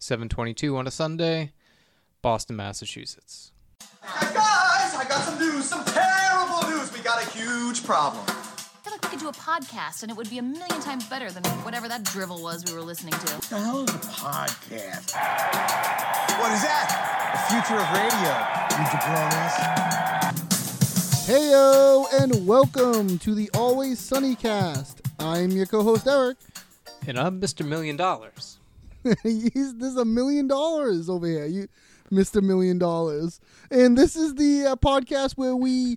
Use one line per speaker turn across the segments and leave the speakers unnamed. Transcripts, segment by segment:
7:22 on a Sunday, Boston, Massachusetts.
Guys, I got some news, some terrible news. We got a huge problem.
I feel like we could do a podcast and it would be a million times better than whatever that drivel was we were listening to.
the hell is a podcast?
What is that?
The future of radio, you jabronis.
Heyo and welcome to the Always Sunny cast. I'm your co-host Eric.
And I'm Mr. Million Dollars.
He's, this is a million dollars over here. You missed a million dollars. And this is the uh, podcast where we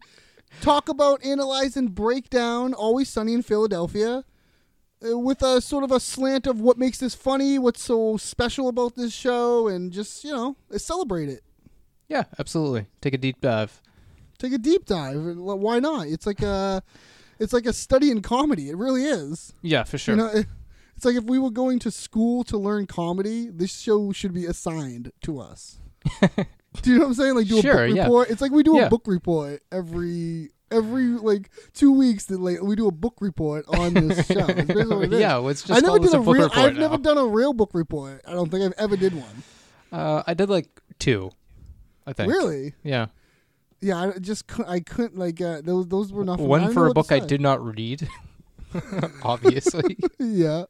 talk about, analyze, and break down Always Sunny in Philadelphia uh, with a sort of a slant of what makes this funny, what's so special about this show, and just, you know, uh, celebrate it.
Yeah, absolutely. Take a deep dive.
Take a deep dive. Why not? It's like a, it's like a study in comedy. It really is.
Yeah, for sure.
You know, it- it's like if we were going to school to learn comedy, this show should be assigned to us. do you know what I'm saying? Like do
Sure,
a book
yeah.
report. It's like we do
Yeah.
a book report every every like two weeks. That like we do a book report on this show. It's basically what it is.
Yeah, well, it's just
I never
called
did
this a book
real.
report
I've
now.
never done a real book report. I don't think I've ever did one.
uh, I did like two, I think.
Really?
Yeah.
Yeah, I just cou- I couldn't like uh, those those were nothing. I
One
don't
for
know
a
what to
book I
say.
did not read, obviously.
Yeah.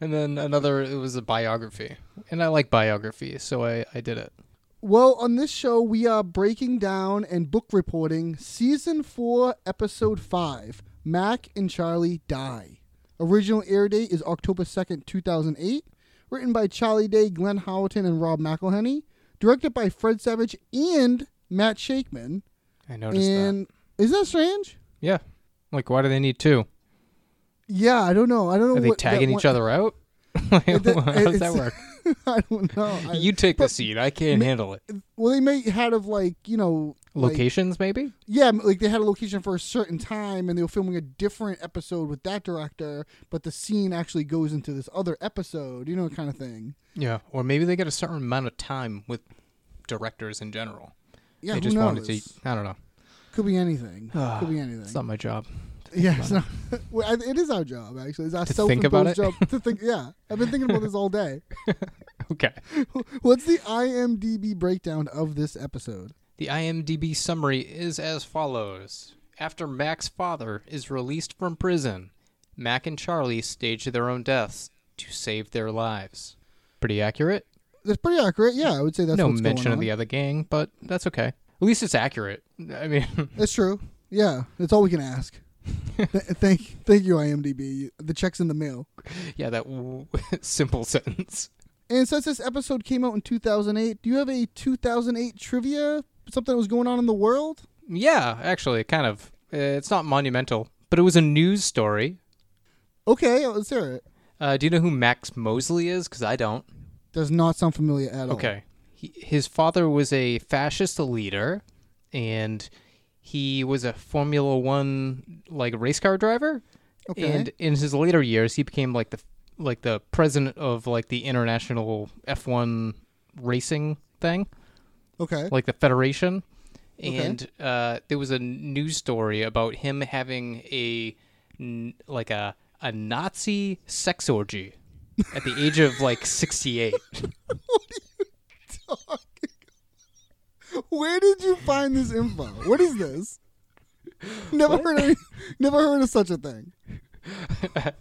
and then another, it was a biography. And I like biography, so I, I did it.
Well, on this show, we are breaking down and book reporting season four, episode five Mac and Charlie Die. Original air date is October 2nd, 2008. Written by Charlie Day, Glenn Howerton, and Rob McElhenney. Directed by Fred Savage and Matt Shakeman.
I noticed that.
And is that strange?
Yeah. Like, why do they need two?
Yeah, I don't know. I don't know.
Are they
what that
tagging
one-
each other out? Like, How does that
it's-
work?
I don't know. I-
You take the seat. I can't handle it.
well, they may had of like you know like-
Locations, maybe?
Yeah, like they had a location for a certain time and they were filming a different episode with that director, but the scene actually goes into this other episode, you know, kind of thing.
Yeah, or maybe they get a certain amount of time with directors in general.
Yeah,
they
who
just
knows?
wanted to. I don't know.
Could be anything. Could be anything.
It's not my job.
yeah, it's not, well, I- it is our job, actually. It's our
To
self
think about
imposed
it?
job to think. Yeah, I've been thinking about this all day.
Okay.
What's the IMDb breakdown of this episode?
The IMDb summary is as follows: After Mac's father is released from prison, Mac and Charlie stage their own deaths to save their lives. Pretty accurate.
That's pretty accurate. Yeah, I would say that's
no
what's
mention
going
of
on.
the other gang, but that's okay. At least it's accurate. I mean,
That's true. Yeah, that's all we can ask. Th- thank, thank you, IMDb. The check's in the mail.
yeah, that w- simple sentence.
And since this episode came out in 2008, do you have a 2008 trivia? Something that was going on in the world?
Yeah, actually, kind of. Uh, It's not monumental, but it was a news story
Okay, let's hear it.
Uh, do you know who Max Mosley is? Because I don't.
Does not sound familiar at all.
Okay. He, his father was a fascist leader, and he was a Formula One like race car driver.
Okay.
And in his later years, he became like the like the president of like the international F one racing thing,
Okay.
like the federation. And uh, there was a news story about him having a n- like a a Nazi sex orgy at the age of like sixty eight.
Where did you find this info? What is this? Never heard of any, never heard of such a thing.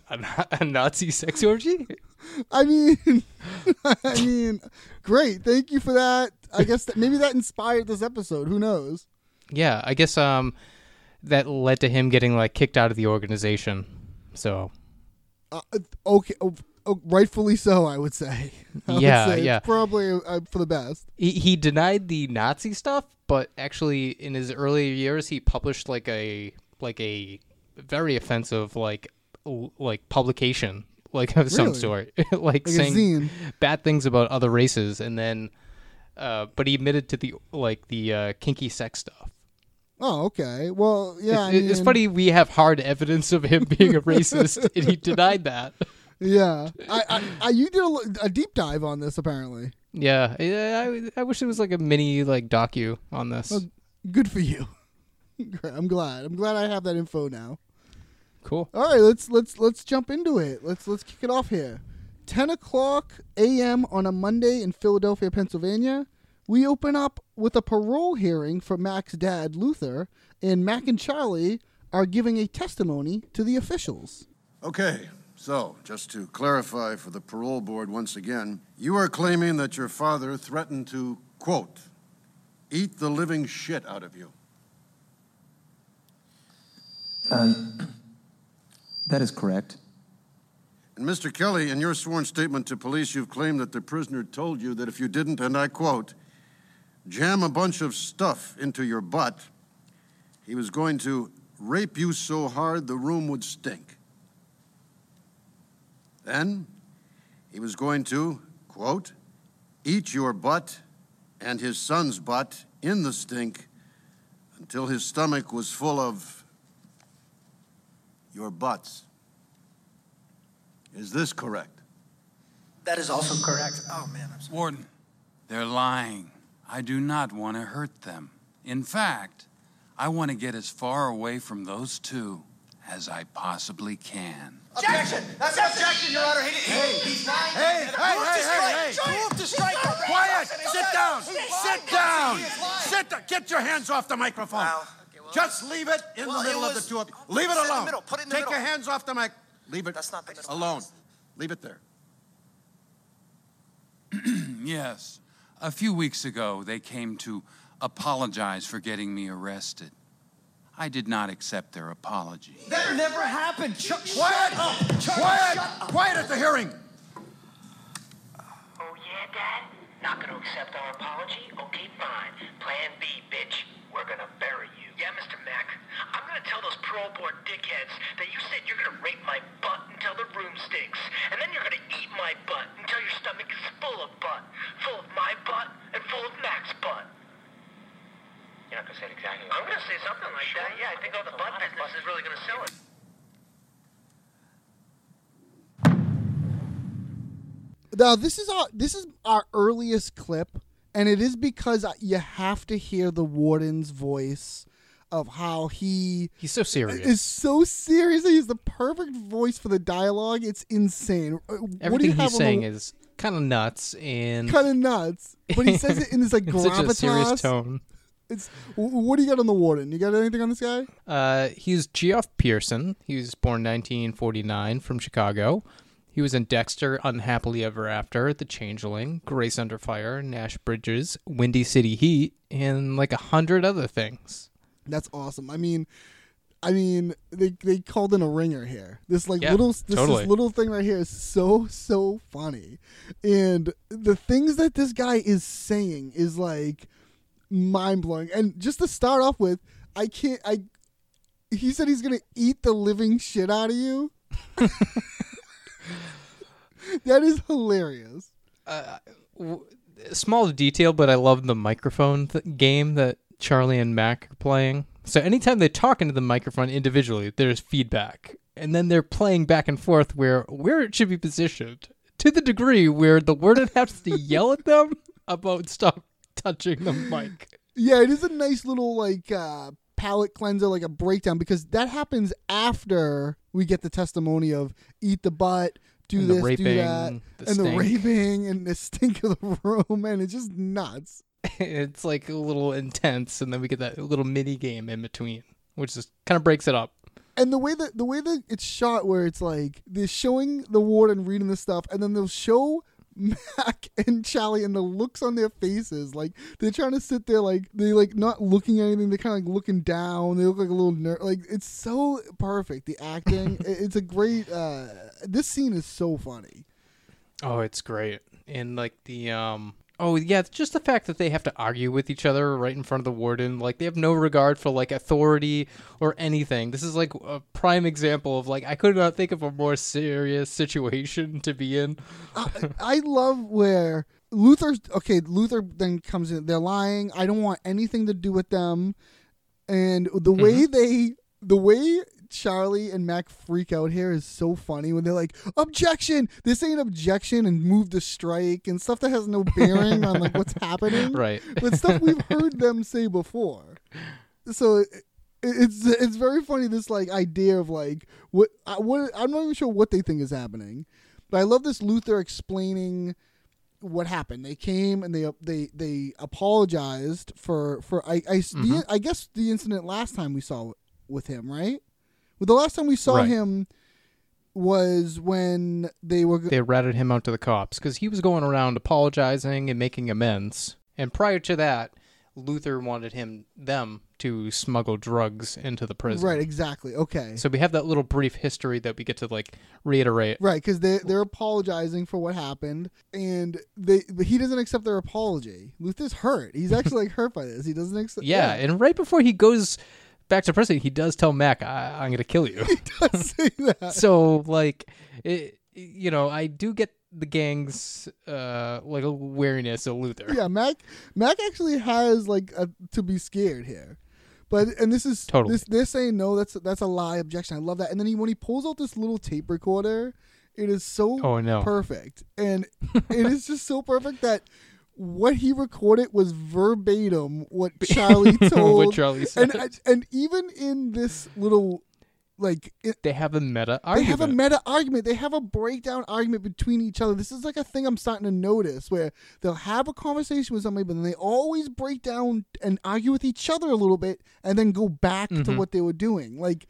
a, Na- a Nazi sex orgy?
I mean, I mean, great. Thank you for that. I guess that, maybe that inspired this episode. Who knows?
Yeah, I guess um that led to him getting like kicked out of the organization. So
Uh, okay, oh, oh, rightfully so. I would say. I would
Yeah,
say it's
yeah.
Probably uh, for the best.
he, he denied the Nazi stuff, but actually in his earlier years he published like a like a very offensive like l- like publication like of some
Really?
sort like,
a
saying
zine.
bad things about other races and then uh, but he admitted to the like the uh, kinky sex stuff
Oh, okay. Well, yeah.
It's-
I
it's
mean-
funny we have hard evidence of him being a racist, and he denied that.
Yeah, I, I, I you did a, lo- a deep dive on this apparently.
Yeah, I, I, I wish it was like a mini like docu on this.
Good for you. Great, I'm glad. I'm glad I have that info now.
cool.
All right, let's let's let's jump into it. Let's let's kick it off here. 10 o'clock a.m. on a Monday in Philadelphia, Pennsylvania. We open up with a parole hearing for Mac's dad, Luther, and Mac and Charlie are giving a testimony to the officials.
Okay, so just to clarify for the parole board once again, you are claiming that your father threatened to, quote, eat the living shit out of you.
That is correct.
And Mr. Kelly, in your sworn statement to police, you've claimed that the prisoner told you that if you didn't, and I quote, jam a bunch of stuff into your butt, he was going to rape you so hard the room would stink. Then he was going to, quote, eat your butt and his son's butt in the stink until his stomach was full of your butts. Is this correct?
That is also correct. Oh man, I'm sorry.
Warden, they're lying. I do not want to hurt them. In fact, I want to get as far away from those two as I possibly can.
Objection! That's objection, Your Honor. He did. Hey, he's lying.
Hey, hey, hey, hey, hey.
Move to strike.
Quiet! Sit down! Sit down! Sit down! Get your hands off the microphone!
Wow. Okay, well-
Just leave it in
Well,
the
it
middle of
was-
the two of you.
it
Leave it
was in the
alone.
middle. Put it in the
Take your
middle.
hands off the mic. Leave it
That's not the middle.
alone. Leave it there.
Yes, a few weeks ago they came to apologize for getting me arrested. I did not accept their apology.
That never happened. Chuck,
Quiet!
shut up. Chuck,
Quiet!
shut up.
Quiet at the hearing!
Oh, yeah, Dad? Not gonna accept our apology? Okay, fine. Plan B, bitch. We're gonna bury you. Yeah, Mr. Mack. I'm gonna tell those parole board dickheads that you said you're gonna rape my butt until the room stinks. And then you're gonna eat my butt until your stomach is full of butt. Full of my butt and full of Mac's butt. You're not gonna say it exactly I'm gonna say something like that. Yeah, I think all the butt business is really gonna sell it.
Now this is our this is our earliest clip, and it is because I- you have to hear the warden's voice of how he
He's so serious.
is so serious. He's the perfect voice for the dialogue. It's insane. Uh, what do you
Everything
have
he's saying is kind of nuts and
kind of nuts, but he says it in this like
in such a serious
gravitas.
tone.
It's wh- what do you got on the warden? You got anything on this guy?
Uh, he's Geoff Pearson. He was born 1949 from Chicago. He was in Dexter, Unhappily Ever After, The Changeling, Grace Under Fire, Nash Bridges, Windy City Heat, and like a hundred other things.
That's awesome. I mean, I mean, they they called in a ringer here. This like
Yeah,
little this,
totally.
this little thing right here is so so funny, and the things that this guy is saying is like mind blowing. And just to start off with, I can't. I he said he's gonna eat the living shit out of you. that is hilarious.
Small detail, but I love the microphone th- game that Charlie and Mac are playing. So anytime they're talking to the microphone individually, there's feedback, and then they're playing back and forth where where it should be positioned to the degree where the warden has to yell at them about stop touching the mic.
Yeah, it is a nice little like uh palate cleanser, like a breakdown, because that happens after we get the testimony of eat the butt, do
And the
this, do
raping,
that,
the
and the
stink.
raping and the stink of the room, and it's just nuts.
it's like a little intense, and then we get that little mini game in between, which just kind of breaks it up.
And the way that the way that it's shot, where it's like they're showing the warden reading this stuff, and then they'll show Mac and Charlie, and the looks on their faces, like they're trying to sit there, like they like not looking at anything. They're kind of like looking down. They look like a little nerd. Like it's so perfect. The acting, i- it's a great. uh This scene is so funny.
Oh, it's great. And like the um oh yeah, it's just the fact that they have to argue with each other right in front of the warden, like they have no regard for like authority or anything. This is like a prime example of like I could not think of a more serious situation to be in.
I, I love where Luther. Okay, Luther then comes in. They're lying. I don't want anything to do with them. And the way they, the way Charlie and Mac freak out here is so funny when they're like, "Objection! This ain't objection!" and move the strike and stuff that has no bearing on like what's happening.
Right.
But stuff we've heard them say before. So. It, it's it's very funny this like idea of like what I, what I'm not even sure what they think is happening, But I love this Luther explaining what happened. They came and they they they apologized for for I I,
Mm-hmm.
the, I guess the incident last time we saw with him, right? Well, the last time we saw
Right.
him was when they were
They ratted him out to the cops because he was going around apologizing and making amends. And prior to that, Luther wanted him them to smuggle drugs into the prison.
right exactly okay
So we have that little brief history that we get to like reiterate.
Right, because they they're apologizing for what happened, and they but he doesn't accept their apology. Luther's hurt. He's actually like hurt by this. He doesn't accept.
Yeah, and right before he goes back to prison, he does tell Mac, I- "I'm going to kill you."
he does say that.
so like, it, you know, I do get the gang's uh like wariness of Luther.
Yeah, Mac Mac actually has like a, to be scared here, but and this is
Totally.
this they're saying no. That's that's a lie objection. I love that. And then he when he pulls out this little tape recorder, it is so
Oh, no.
perfect, and it is just so perfect that. What he recorded was verbatim what Charlie told.
Charlie
and
said.
I, and even in this little, like it,
They have a meta
they
argument.
have a meta argument. They have a breakdown argument between each other. This is like a thing I'm starting to notice where they'll have a conversation with somebody, but then they always break down and argue with each other a little bit, and then go back to what they were doing. Like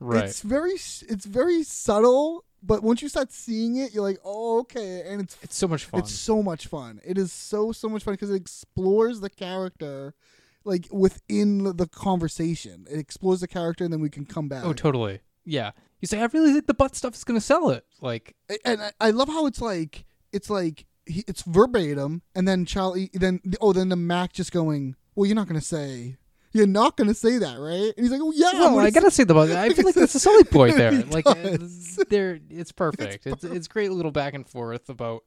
Mm-hmm. right.
it's very s- it's very subtle, but once you start seeing it, you're like, oh okay, and it's
It's so much fun.
it's so much fun. It is so so much fun because it explores the character, like within the- the conversation. It explores the character, and then we can come back.
oh, totally. Yeah. You say, I really think the butt stuff is going to sell it. Like,
and I, I love how it's like it's like he, it's verbatim, and then Charlie, then oh, then the Mac just going, well, you're not gonna say, you're not gonna say that, right? And he's like, well, yeah, I'm
well,
gonna
I gotta say the butt. I feel like that's a solid point there. Like, there, it's perfect. It's, it's great little back and forth about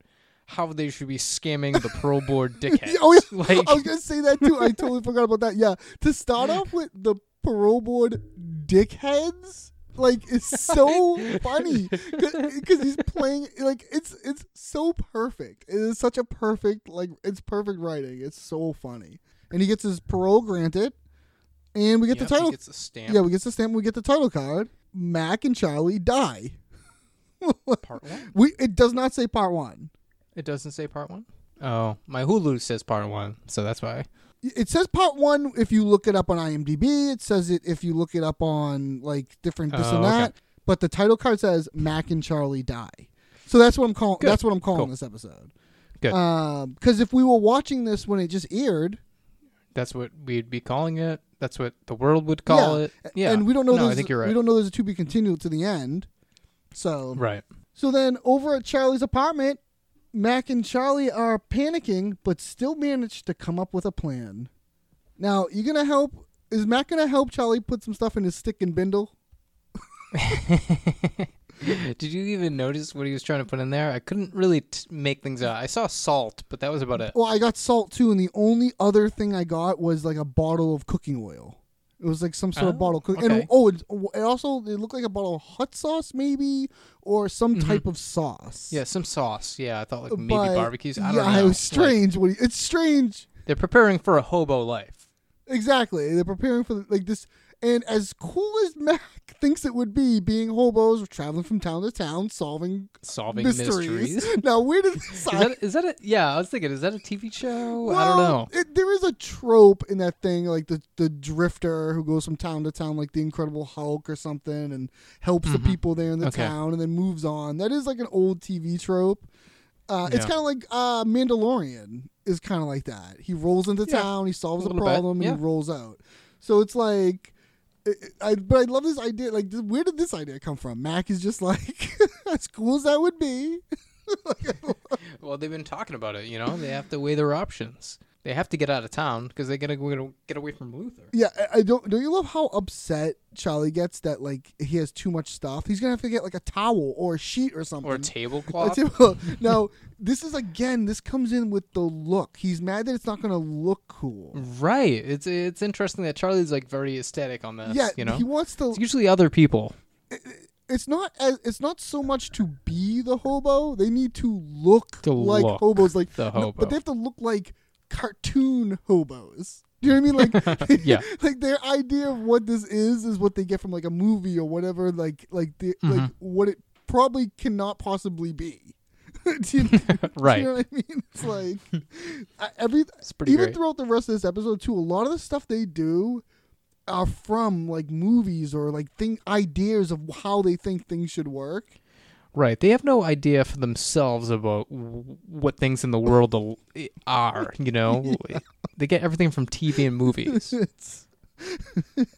how they should be scamming the pro board dickheads.
Yeah, Oh yeah,
Like,
I was gonna say that too. I totally forgot about that. Yeah, to start off with the parole board dickheads, like is so funny because he's playing like it's it's so perfect. It is such a perfect like it's perfect writing. It's so funny, and he gets his parole granted, and we get
Yep,
the
he
title.
gets a stamp.
yeah, we get the stamp. We get the title card. Mac and Charlie die.
part one.
We it does not say part one.
It doesn't say part one. Oh, my Hulu says part one, so that's why.
it says part one if you look it up on IMDb. It says it if you look it up on like different this
Oh,
and
okay.
that. But the title card says Mac and Charlie die. So that's what I'm calling.
Good.
That's what I'm calling
Cool.
this episode.
Good.
Because if we were watching this when it just aired,
that's what we'd be calling it. That's what the world would call
yeah,
it. Yeah.
and we don't know.
No, I
there's-
think you're right.
We don't know there's a to be continued to the end. So
Right.
So then over at Charlie's apartment, Mac and Charlie are panicking, but still manage to come up with a plan. Now, you gonna help is Mac gonna help Charlie put some stuff in his stick and bindle?
Did you even notice what he was trying to put in there? I couldn't really t- make things out. I saw salt, but that was about it.
Well, I got salt too, and the only other thing I got was like a bottle of cooking oil. It was like some sort of
Oh,
bottle of cooking. And
okay.
oh, it, it also it looked like a bottle of hot sauce, maybe, or some type of sauce.
Yeah, some sauce. Yeah, I thought like Mm-hmm. maybe
But-
barbecues. I don't
yeah,
know.
it was
Like,
strange. what he- it's strange.
they're preparing for a hobo life.
Exactly. They're preparing for like this. And as cool as Mac thinks it would be, being hobos traveling from town to town solving
Solving
mysteries.
mysteries.
Now, where did this?
Is that, is that a yeah? I was thinking, is that a TV show? I don't know.
It, there is a trope in that thing, like the the drifter who goes from town to town, like the Incredible Hulk or something, and helps the people there in the
Mm-hmm. Okay.
town, and then moves on. That is like an old TV trope. Uh, It's
Yeah.
kind of like uh, Mandalorian is kind of like that. He rolls into
Yeah.
town, he solves
A
a,
little bit,
problem, and
yeah.
he rolls out. So it's like. it- I, but I love this idea. Like, th- where did this idea come from? Mac is just like, as cool as that would be.
Well, they've been talking about it. You know, they have to weigh their options. They have to get out of town because they gotta go- get away from Luther.
Yeah, I, I don't. Don't you love how upset Charlie gets that like he has too much stuff? He's gonna have to get like a towel or a sheet or something.
Or a tablecloth.
table. now, this is again. This comes in with the look. He's mad that it's not gonna look cool.
Right. It's it's interesting that Charlie's like very aesthetic on this.
Yeah,
you know,
he wants to.
it's usually other people.
It's not as. It's not so much to be the hobo. They need to look
To
like
look
hobos. Like
the
no,
hobo.
but they have to look like cartoon hobos. Do you know what I mean? Like,
Yeah.
like their
Mm-hmm.
idea of what this is is what they get from like a movie or whatever. Like, like the like what it probably cannot possibly be. Do you- do
Right.
You know what I mean? It's like I- every
pretty
even
great.
throughout the rest of this episode too. A lot of the stuff they do are from like movies or like thing ideas of how they think things should work.
Right. They have no idea for themselves about w- what things in the world al- are, you know? They get everything from TV and movies.
It's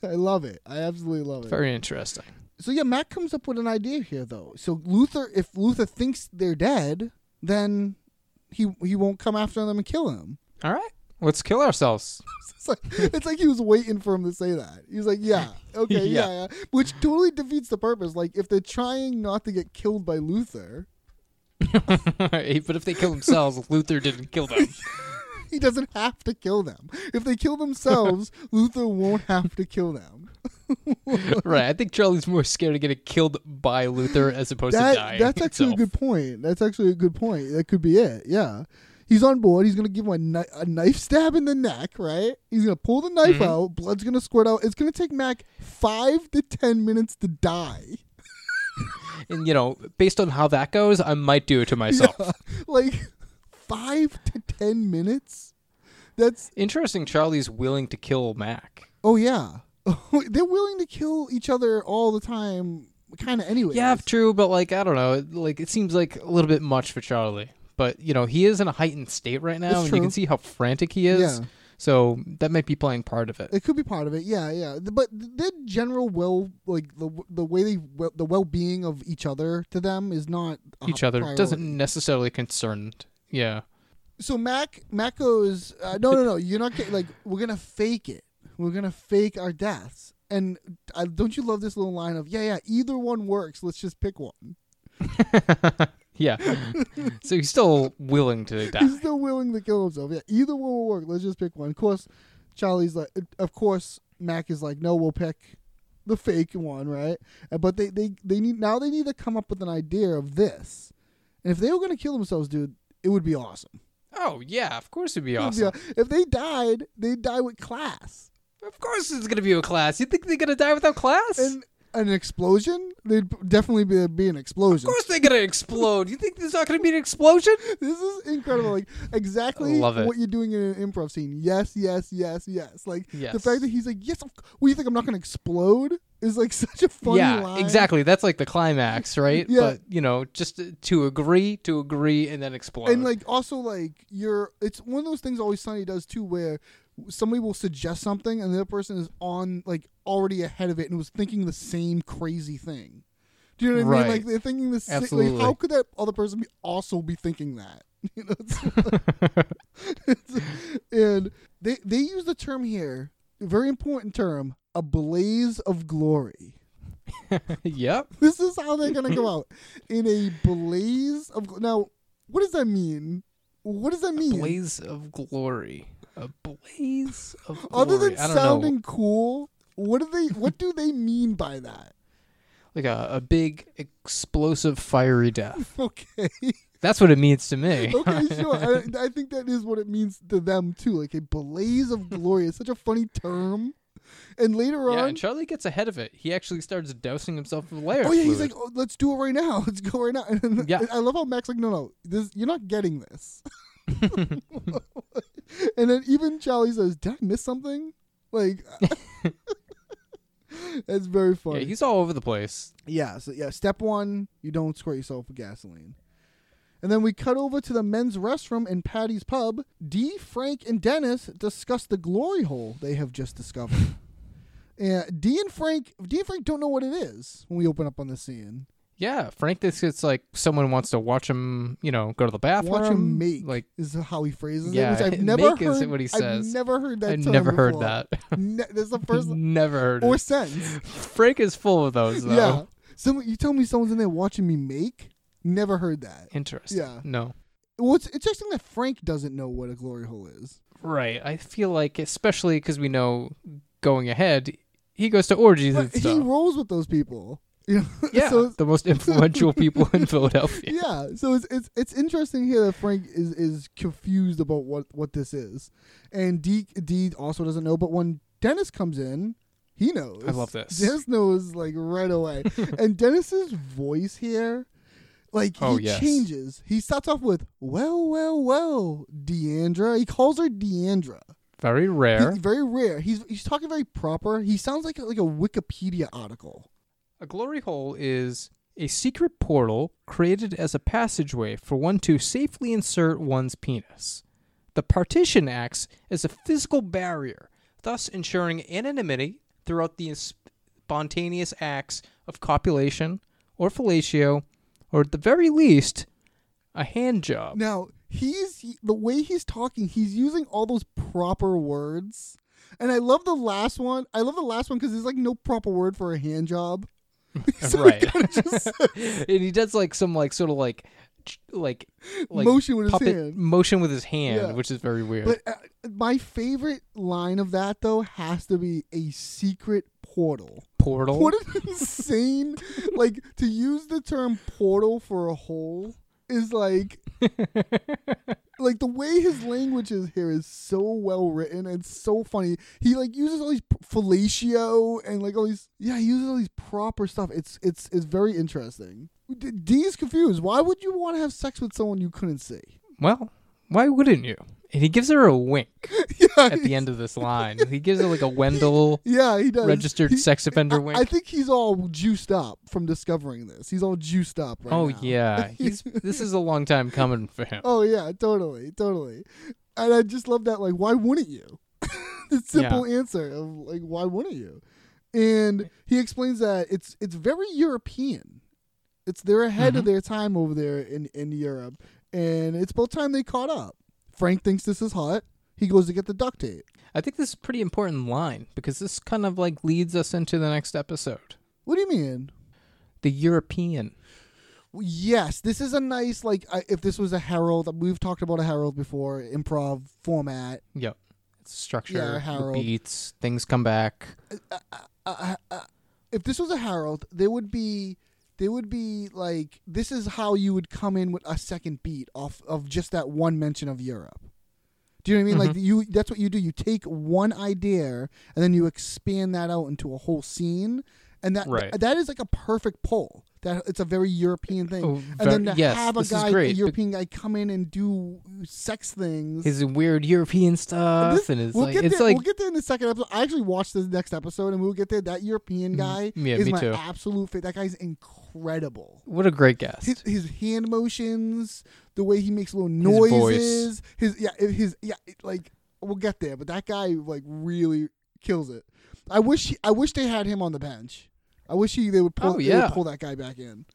I love it. I absolutely love it.
Very interesting.
So yeah, Mac comes up with an idea here though. So Luther, if Luther thinks they're dead, then he he won't come after them and kill him.
All right. Let's kill ourselves.
It's like it's like he was waiting for him to say that. He's like, yeah, okay, yeah. yeah,
Yeah.
which totally defeats the purpose. Like if they're trying not to get killed by Luther,
but if they kill themselves, Luther didn't kill them.
he doesn't have to kill them. If they kill themselves, Luther won't have to kill them.
right. I think Charlie's more scared of getting killed by Luther as opposed to
That
dying.
that's actually a
itself.
good point. That's actually a good point. That could be it. Yeah. He's on board. He's gonna give him a, kni- a knife stab in the neck, right? He's gonna pull the knife out. Blood's gonna squirt out. It's gonna take Mac five to ten minutes to die.
And, you know, based on how that goes, I might do it to myself.
like five to ten minutes. That's
Interesting. Charlie's willing to kill Mac.
oh yeah, they're willing to kill each other all the time, kind of anyway.
Yeah, true, but like I don't know, like it seems like a little bit much for Charlie. But you know, he is in a heightened state right now,
It's
and
true.
you can see how frantic he is.
Yeah.
So that might be playing part of it.
it could be part of it. Yeah, yeah, Th- but their general well, like the the way they well, the well being of each other to them is not a
Each other
priority.
doesn't necessarily concern. Yeah,
So Mac Mac goes, uh, no, no, no, you're not getting, like we're gonna fake it. We're gonna fake our deaths. And uh, don't you love this little line of yeah, yeah? Either one works. Let's just pick one.
yeah. so he's still willing to die.
He's still willing to kill himself. Yeah, either one will work. Let's just pick one. Of course, Charlie's like, of course, Mac is like, no, we'll pick the fake one, right? Uh, But they, they, they need now they need to come up with an idea of this. And if they were gonna kill themselves, dude, it would be awesome.
Oh yeah, of course it'd be
It would
awesome.
be aw- if they died, they'd die with class
Of course it's gonna be a class. You think they're gonna die without class?
and an explosion. They'd p- definitely be, be an explosion.
of course they're gonna explode. You think there's not gonna be an explosion?
This is incredible. Like exactly
Love it.
what you're doing in an improv scene. Yes, yes, yes, yes. Like the
Yes.
fact that he's like, yes. Of c- what you think? I'm not going to explode? Is like such a funny
yeah,
line.
exactly. That's like the climax, right?
Yeah.
But you know, just to agree, to agree, and then explode.
And like also like you're. It's one of those things Always Sunny does too, where somebody will suggest something and the other person is on like already ahead of it and was thinking the same crazy thing. Do you know what I mean?
Right.
Like they're thinking the same. Like,
Absolutely.
how could that other person be also be thinking that? You know. It's and they they use the term here, a very important term, a blaze of glory.
yep.
This is how they're gonna go out in a blaze of gl- now. What does that mean? What does that mean?
Blaze of glory. A blaze of glory.
Other than
I don't
sounding
know,
cool, what do they? What do they mean by that?
like a, a big explosive fiery death.
Okay,
That's what it means to me.
okay, sure. I, I think that is what it means to them too. Like a blaze of glory. It's such a funny term. And later
yeah,
on,
and Charlie gets ahead of it. He actually starts dousing himself with layer.
Oh yeah, he's like,
fluid.
oh, let's do it right now. Let's go right now. And then
Yeah.
I love how Mac's like, no, no, this you're not getting this. and then even Charlie says, did I miss something? Like, that's very
yeah,
funny.
he's all over the place.
Yeah, so yeah, step one, you don't squirt yourself with gasoline. And then we cut over to the men's restroom in Patty's pub. D, Frank, and Dennis discuss the glory hole they have just discovered. and D and Frank, D and Frank don't know what it is when we open up on the scene.
Yeah, Frank thinks it's like someone wants to watch him, you know, go to the bathroom.
Watch him make
Like,
is how he phrases
Yeah,
it, which I've never
make
heard.
is what he
I've
says.
never heard that.
I've
term
never heard
before.
that.
Ne- that's the first
never heard
or
it.
sense.
Frank is full of those, though.
Yeah, some you tell me someone's in there watching me make. Never heard that.
Interesting.
Yeah.
No.
Well, it's interesting that Frank doesn't know what a glory hole is.
Right. I feel like, especially because we know going ahead, he goes to orgies and
But he
stuff.
rolls with those people. You know?
Yeah,
so it's-
the most influential people in Philadelphia.
yeah. So it's, it's it's interesting here that Frank is is confused about what what this is, and D D also doesn't know. But when Dennis comes in, He knows.
I love this.
Dennis knows like right away. and Dennis's voice here, like
Oh,
he
yes.
changes. He starts off with "Well, well, well, Deandra." He calls her Deandra.
Very rare.
He- very rare. He's he's talking very proper. He sounds like a, like a Wikipedia article.
A glory hole is a secret portal created as a passageway for one to safely insert one's penis. The partition acts as a physical barrier, thus ensuring anonymity throughout the spontaneous acts of copulation or fellatio, or at the very least, a hand job.
Now he's he- the way he's talking. He's using all those proper words, and I love the last one. I love the last one because there's like no proper word for a hand job. So he
right. and he does like some like sort of like ch- like like
Motion with his
puppet
hand.
motion with his hand,
Yeah.
which is very weird.
But uh, my favorite line of that though has to be a secret portal.
portal.
What an insane like to use the term portal for a hole is like like the way his language is here is so well written and so funny. He like uses all these p- fellatio and like all these yeah, he uses all these proper stuff. It's it's it's very interesting. D- D's confused. Why would you want to have sex with someone you couldn't see?
Well, why wouldn't you? And he gives her a wink at the end of this line. He gives her like a Wendell.
Yeah, he does.
Registered
He-
sex offender
I,
wink.
I think he's all juiced up from discovering this. He's all juiced up right
oh
now.
yeah, he's this is a long time coming for him.
Oh yeah, totally, totally. And I just love that. Like, why wouldn't you? the simple answer of like, why wouldn't you? And he explains that it's it's very European. It's they're ahead of their time over there in in Europe, and it's about time they caught up. Frank thinks this is hot. He goes to get the duct tape.
I think this is a pretty important line because this kind of like leads us into the next episode.
What do you mean?
The European.
Yes, this is a nice like I, if this was a herald. We've talked about a herald before, improv format.
Yep. It's
Yeah,
structure, the
Harold.
beats, things come back.
If this was a herald, there would be there would be like this is how you would come in with a second beat off of just that one mention of Europe. Do you know what I mean?
Mm-hmm.
Like you, that's what you do. You take one idea and then you expand that out into a whole scene, and that
Right.
that is like a perfect pull. That it's a very European thing,
Oh,
and then
ver-
to
yes,
have a
this is
guy, a
great, be-
European guy, come in and do sex things.
His weird European stuff
This-
and it's
we'll
like
get
it's
there,
like
we'll get there in the second episode. I actually watched the next episode, and we'll get there. That European guy
Mm-hmm. yeah,
is
me
my
too.
absolute favorite. That guy's incredible.
what a great guest.
His, his hand motions, the way he makes little
His voice.
noises, his, yeah, it- his yeah, it, like we'll get there. But that guy like really kills it. I wish he, I wish they had him on the bench. I wish he they would pull
Oh,
they would
yeah.
pull that guy back in.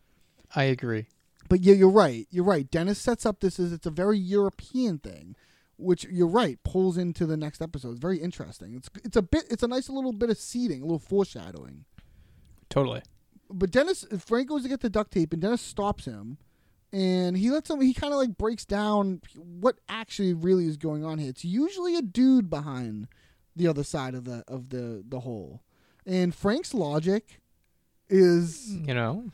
I agree.
But yeah, you're right. You're right. Dennis sets up this as it's a very European thing, which you're right pulls into the next episode. It's very interesting. It's it's a bit. It's a nice little bit of seeding, a little foreshadowing.
Totally.
But Dennis Frank goes to get the duct tape, and Dennis stops him, and he lets him. He kind of like breaks down what actually really is going on here. It's usually a dude behind the other side of the of the the hole, and Frank's logic is
You know?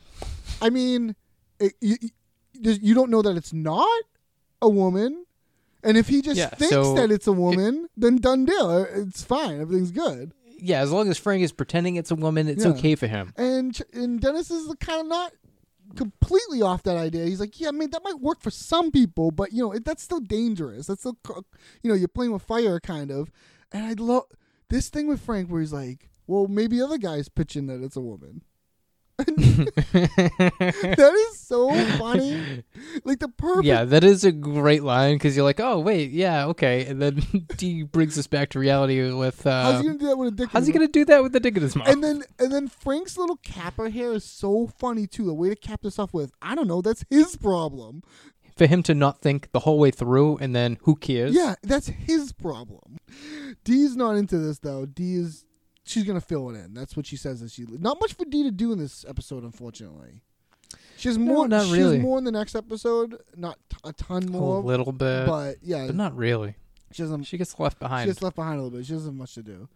I mean, it, you, you- there's- you don't know that it's not a woman. And if he just
Yeah,
thinks
so
that it's a woman, then done deal. It's fine. Everything's good.
Yeah, as long as Frank is pretending it's a woman, it's
Yeah.
okay for him.
And Ch- and Dennis is kind of not completely off that idea. He's like, yeah, I mean, that might work for some people, but you know, it, that's still dangerous. That's still, co- you know, you're playing with fire, kind of. And I love this thing with Frank, where he's like, well, maybe other guys pitching that it's a woman. that is so funny. Like the perfect
Yeah, that is a great line because you're like, oh wait, yeah, okay, and then D brings us back to reality with uh,
How's he gonna do that with a dick? in
how's
his
he gonna do that with the dick in his mouth?
mouth? And then and then Frank's little capper hair is so funny too. The way to cap this off with, I don't know, that's his problem.
for him to not think the whole way through, and then who cares?
Yeah, that's his problem. Dee's not into this though. Dee is she's gonna fill it in. That's what she says. That she not much for Dee to do in this episode, unfortunately. She has more.
not
she
really.
has more in the next episode. Not t- a ton
a
more.
little bit, but,
but yeah,
not really.
she doesn't.
She gets left
She
behind.
gets left behind a little bit. She doesn't have much to do.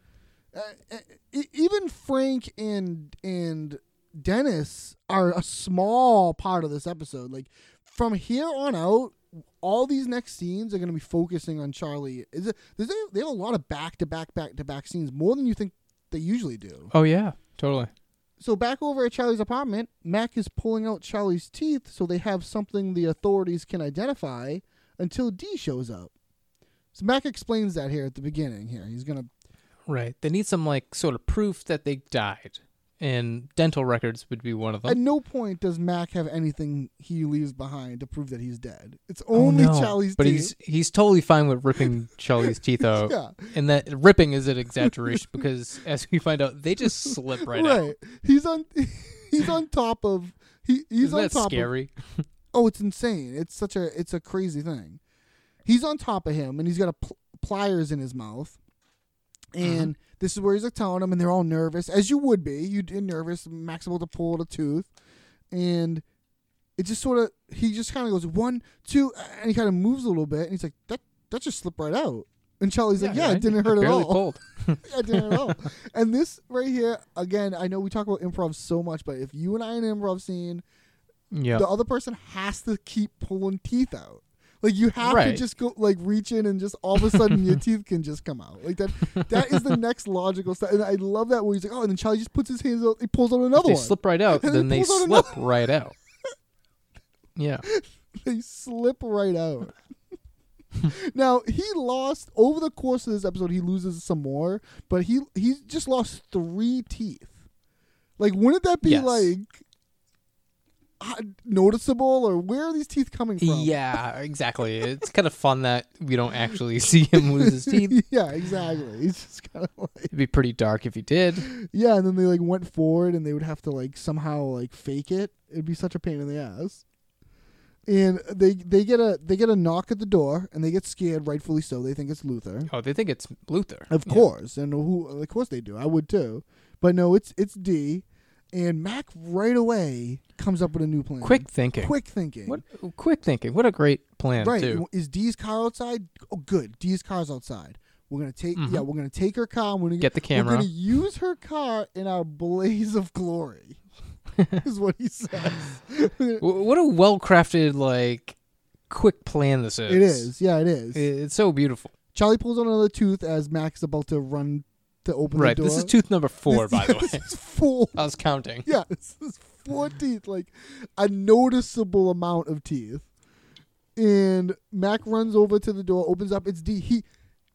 Uh, uh, e- even Frank and and Dennis are a small part of this episode. Like from here on out, all these next scenes are going to be focusing on Charlie. Is it? There's a, they have a lot of back to back back to back scenes more than you think they usually do.
Oh yeah, totally.
So back over at Charlie's apartment, Mac is pulling out Charlie's teeth so they have something the authorities can identify until D shows up. So Mac explains that here at the beginning here. He's going to
Right. They need some like sort of proof that they died, and dental records would be one of them.
At no point does Mac have anything he leaves behind to prove that he's dead. It's only
Oh, No,
Charlie's
but
teeth.
he's he's totally fine with ripping Charlie's teeth out.
Yeah.
And that ripping is an exaggeration because as we find out, they just slip right, out.
right. He's on he's on top of he, he's
Isn't
on
that
top of
scary?
Oh, it's insane. It's such a it's a crazy thing. He's on top of him and he's got a pl- pliers in his mouth. And
Uh-huh.
this is where he's like telling him and they're all nervous as you would be. You'd be nervous, Mac's about to pull out a tooth and it just sort of he just kind of goes one, two and he kind of moves a little bit and he's like that that just slipped right out. And Charlie's like, "Yeah,
right?
it didn't hurt at
barely
all."
Pulled.
I didn't know. and this right here, again, I know we talk about improv so much, but if you and I in an improv scene,
yeah.
the other person has to keep pulling teeth out. Like you have to
Right.
just go like reach in and just all of a sudden your teeth can just come out. Like that that is the next logical step. And I love that where he's like, Oh, and then Charlie just puts his hands out, he pulls out another
they
one.
slip right out,
And
then
he
they
pulls out
slip right out. Yeah.
they slip right out. now he lost over the course of this episode. He loses some more, but he he's just lost three teeth. Like, wouldn't that be
Yes.
like uh, noticeable? Or where are these teeth coming from?
Yeah, exactly. It's kind of fun that we don't actually see him lose his teeth. It'd
yeah, exactly. He's just kind of like
be pretty dark if he did.
yeah, and then they like went forward, and they would have to like somehow like fake it. It'd be such a pain in the ass. And they they get a they get a knock at the door, and they get scared, rightfully so. They think it's Luther.
Oh, they think it's Luther.
Of
Yeah.
course, and who? Of course they do. I would too. But no, it's it's D, and Mac right away comes up with a new plan.
Quick thinking.
quick thinking.
What quick thinking. What a great plan
right?
too.
Is D's car outside? Oh, good. D's car's outside. We're gonna take. Yeah, we're gonna take her car. and We're gonna
Mm-hmm. Get the
We're
camera.
gonna use her car in our blaze of glory. is what he says. it
W- What a well crafted like quick plan this is.
is. Yeah, it is.
I- It's so beautiful.
Charlie pulls out another tooth as Mac's about to run to open
Right.
the door.
This is tooth number four, by the
This
way.
is full.
I was counting.
Yeah, this is four teeth, like a noticeable amount of teeth. And Mac runs over to the door, opens up. It's D. He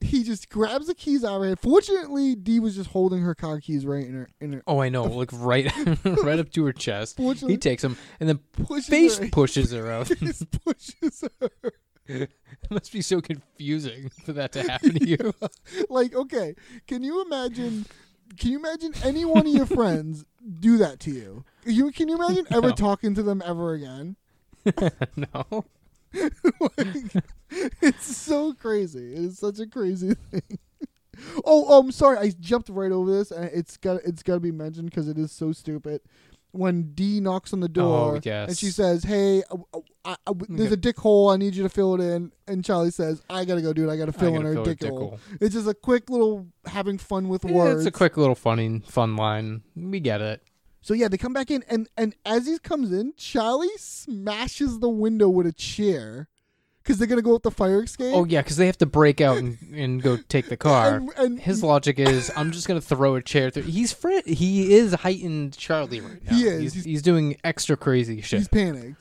he just grabs the keys out of her hand. Fortunately, D was just holding her car keys right in her in her.
Oh, I know. Look right, right up to her chest.
Fortunately-
He takes him and then
Pushes
face
her-
pushes her out. it
Just pushes her.
must be so confusing for that to happen to you.
Like, okay, can you imagine? Can you imagine any one of your friends do that to you? You can you imagine ever talking to them ever again?
no.
it's so crazy. It is such a crazy thing. Oh, I'm sorry. I jumped right over this. and It's got it's got to be mentioned because it is so stupid. When D knocks on the door
Oh, yes.
and she says, "Hey, uh, uh, I, I, there's a dick hole. I need you to fill it in." And Charlie says, "I gotta go, dude. I gotta fill
gotta
in her
fill her
dick,
dick
hole.
hole.
It's just a quick little having fun with
Yeah,
words.
It's a quick little funny, fun line. We get it.
So yeah, they come back in, and and as he comes in, Charlie smashes the window with a chair because they're gonna go up the fire escape.
Oh yeah, because they have to break out and, and go take the car.
And- and-
His logic is, I'm just gonna throw a chair through. He's fr- he is heightened Charlie right now.
He is.
He's,
He's-
he's doing extra crazy shit.
He's panicked.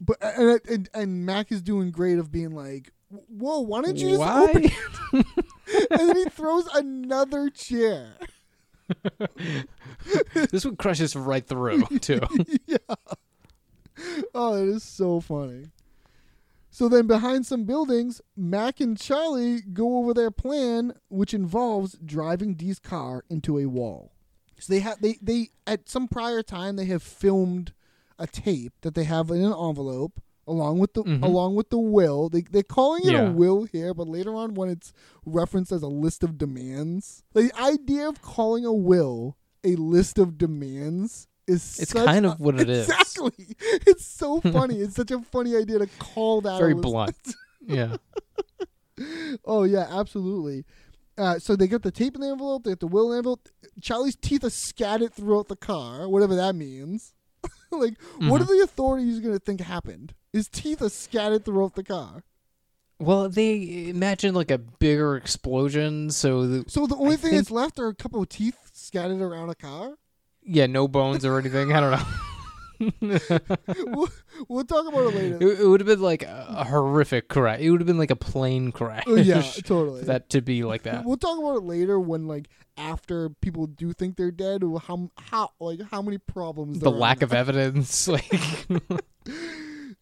But and, and and Mac is doing great of being like, "Whoa, why don't you just open?"
Why?
it?" And then he throws another chair.
this one crushes right through too.
Oh, it is so funny. So then, behind some buildings, Mac and Charlie go over their plan, which involves driving Dee's car into a wall. So they have they they at some prior time they have filmed a tape that they have in an envelope along with the along with the will. They they're calling it a
Mm-hmm. Yeah.
will here, but later on when it's referenced as a list of demands, the idea of calling a will a list of demands is
It's
such
kind
a-
of what it is.
Exactly. It's so funny. it's such a funny idea to call that a
Very
list-
blunt. Yeah.
Oh yeah, absolutely. Uh, so they got the tape in the envelope. They got the will in the envelope. Charlie's teeth are scattered throughout the car, whatever that means. like, what are
Mm-hmm.
the authorities going to think happened? His teeth are scattered throughout the car.
Well, they imagine like a bigger explosion, so the,
So the only
I
thing
think-
that's left are a couple of teeth scattered around a car?
Yeah, no bones or anything. I don't know.
we'll, we'll talk about it later.
It, it would have been like a, a horrific crash. It would have been like a plane crash.
Oh, yeah, totally.
For that to be like that.
We'll talk about it later when, like, after people do think they're dead, or how how like how many problems
the
there are.
lack of evidence, like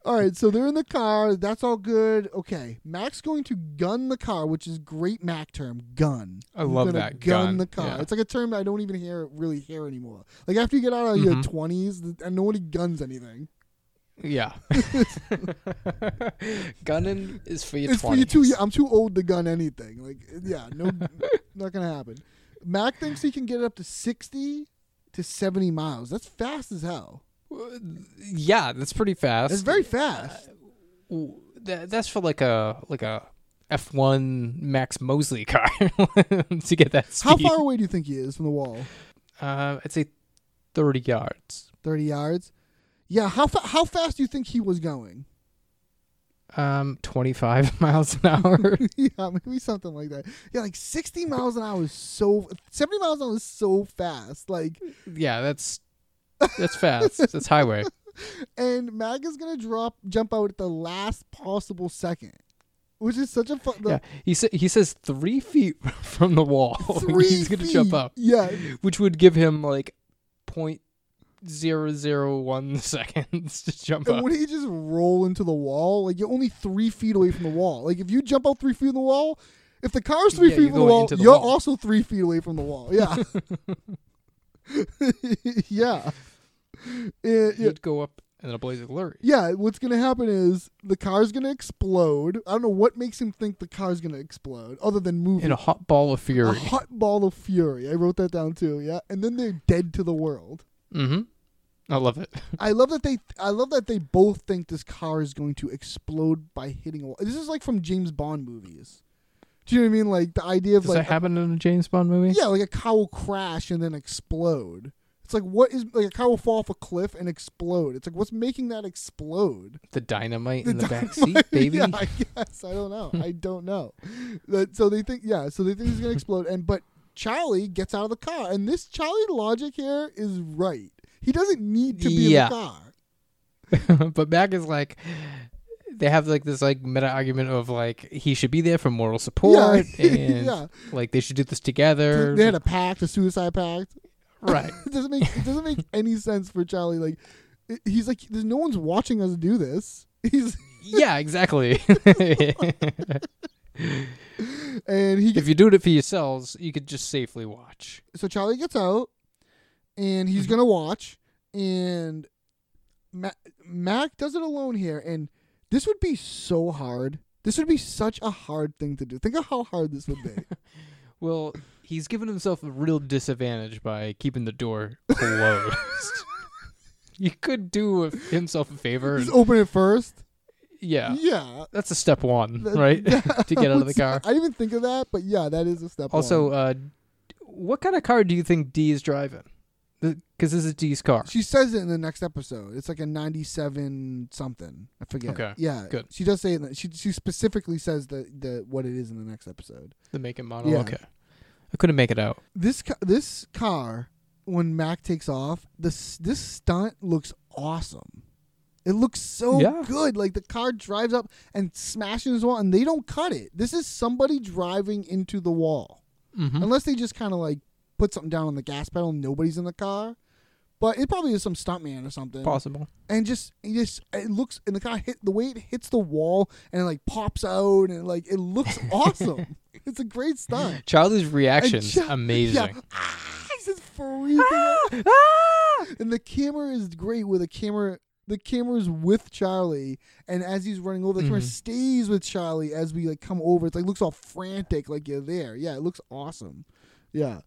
All right, so they're in the car. That's all good. Okay, Mac's going to gun the car, which is great Mac term. Gun.
I love
gonna
that,
Gun,
gun,
the car.
yeah.
It's like a term that I don't even hear really hear anymore. Like after you get out of
Mm-hmm.
your twenties, and nobody guns anything.
yeah. Gunning is for your
It's for you too.
20s.
I'm too old to gun anything. Like yeah, no, not gonna happen. Mac thinks he can get it up to sixty to seventy miles. That's fast as hell.
Yeah, that's pretty fast.
That's very fast.
Tha- that's for like a like a F one Max Mosley car to get that
How
speed.
far away do you think he is from the wall?
Uh, I'd say thirty yards.
30 yards. Yeah, how fa- how fast do you think he was going?
Um, twenty five miles an hour.
yeah, maybe something like that. Yeah, like 60 miles an hour is so 70 miles an hour is so fast. Like
yeah, that's that's fast. that's highway.
and Mag is going to drop jump out at the last possible second. Which is such a fun
Yeah,
the
he sa- he says three feet from the wall.
three
He's gonna jump
feet.
up,
Yeah.
which would give him like point zero zero one seconds to jump
And
up.
when he just roll into the wall, like you're only three feet away from the wall. Like if you jump out three feet from the wall, if the car's three
Yeah,
feet
you're
from the
going
wall,
into the
you're
wall.
also three feet away from the wall. Yeah. yeah. Eh, yeah.
He'd go up in a blaze of glory.
Yeah, what's gonna happen is the car's gonna explode. I don't know what makes him think the car's gonna explode, other than moving
In a hot ball of
a
fury.
hot ball of fury. I wrote that down too. Yeah, and then they're dead to the world.
Mm-hmm. I love it.
I love that they. I love that they both think this car is going to explode by hitting a wall. This is like from James Bond movies. Do you know what I mean? Like the idea of
Does
like
that happen in a James Bond movie?
yeah, like a car will crash and then explode. It's like what is like a car will fall off a cliff and explode. It's like what's making that explode?
The dynamite in the back
Like,
seat, baby.
Yeah, I guess I don't know. I don't know. That- so they think yeah. So they think it's gonna explode. And but Charlie gets out of the car, and this Charlie logic here is right. He doesn't need to be
Yeah.
in the car.
but Mac is like they have like this like meta argument of like he should be there for moral support and
Yeah.
like they should do this together.
They had a pact, a suicide pact.
right.
It doesn't make it doesn't make any sense for Charlie. Like it- he's like, there's no one's watching us do this. He's
Yeah, exactly. if
and he gets,
you do it for yourselves, you could just safely watch.
so Charlie gets out, and
Mm-hmm.
he's gonna watch, and Mac, Mac does it alone here, and this would be so hard. This would be such a hard thing to do. Think of how hard this would be.
Well, he's given himself a real disadvantage by keeping the door closed. you could do a- himself a favor.
Just
and-
open it first.
yeah.
Yeah.
That's a step one,
That-
right? to get out of the car.
I didn't even think of that, but yeah, that is a step.
Also,
one.
uh, what kind of car do you think D is driving? Because this is D's car.
She says it in the next episode. It's like a ninety-seven something. I forget.
Okay,
Yeah.
good.
She does say it. in the- She she specifically says the the what it is in the next episode.
the make and model.
Yeah.
Okay, I couldn't make it out.
This ca- this car when Mac takes off, this this stunt looks awesome. It looks so
Yeah.
good. Like the car drives up and smashes into the wall, and they don't cut it. This is somebody driving into the wall,
Mm-hmm.
unless they just kind of like put something down on the gas pedal. and Nobody's in the car, but it probably is some stuntman or something.
Possible.
and just it just it looks and the car hit the way it hits the wall and it like pops out and like it looks awesome. It's a great stunt.
Charlie's reactions
Cha-
amazing.
Yeah. Ah, he's just freaking out. And the camera is great where the camera the camera is with Charlie and as he's running over the camera stays with Charlie as we like come over. It's like looks all frantic like you're there. Yeah, it looks awesome. Yeah.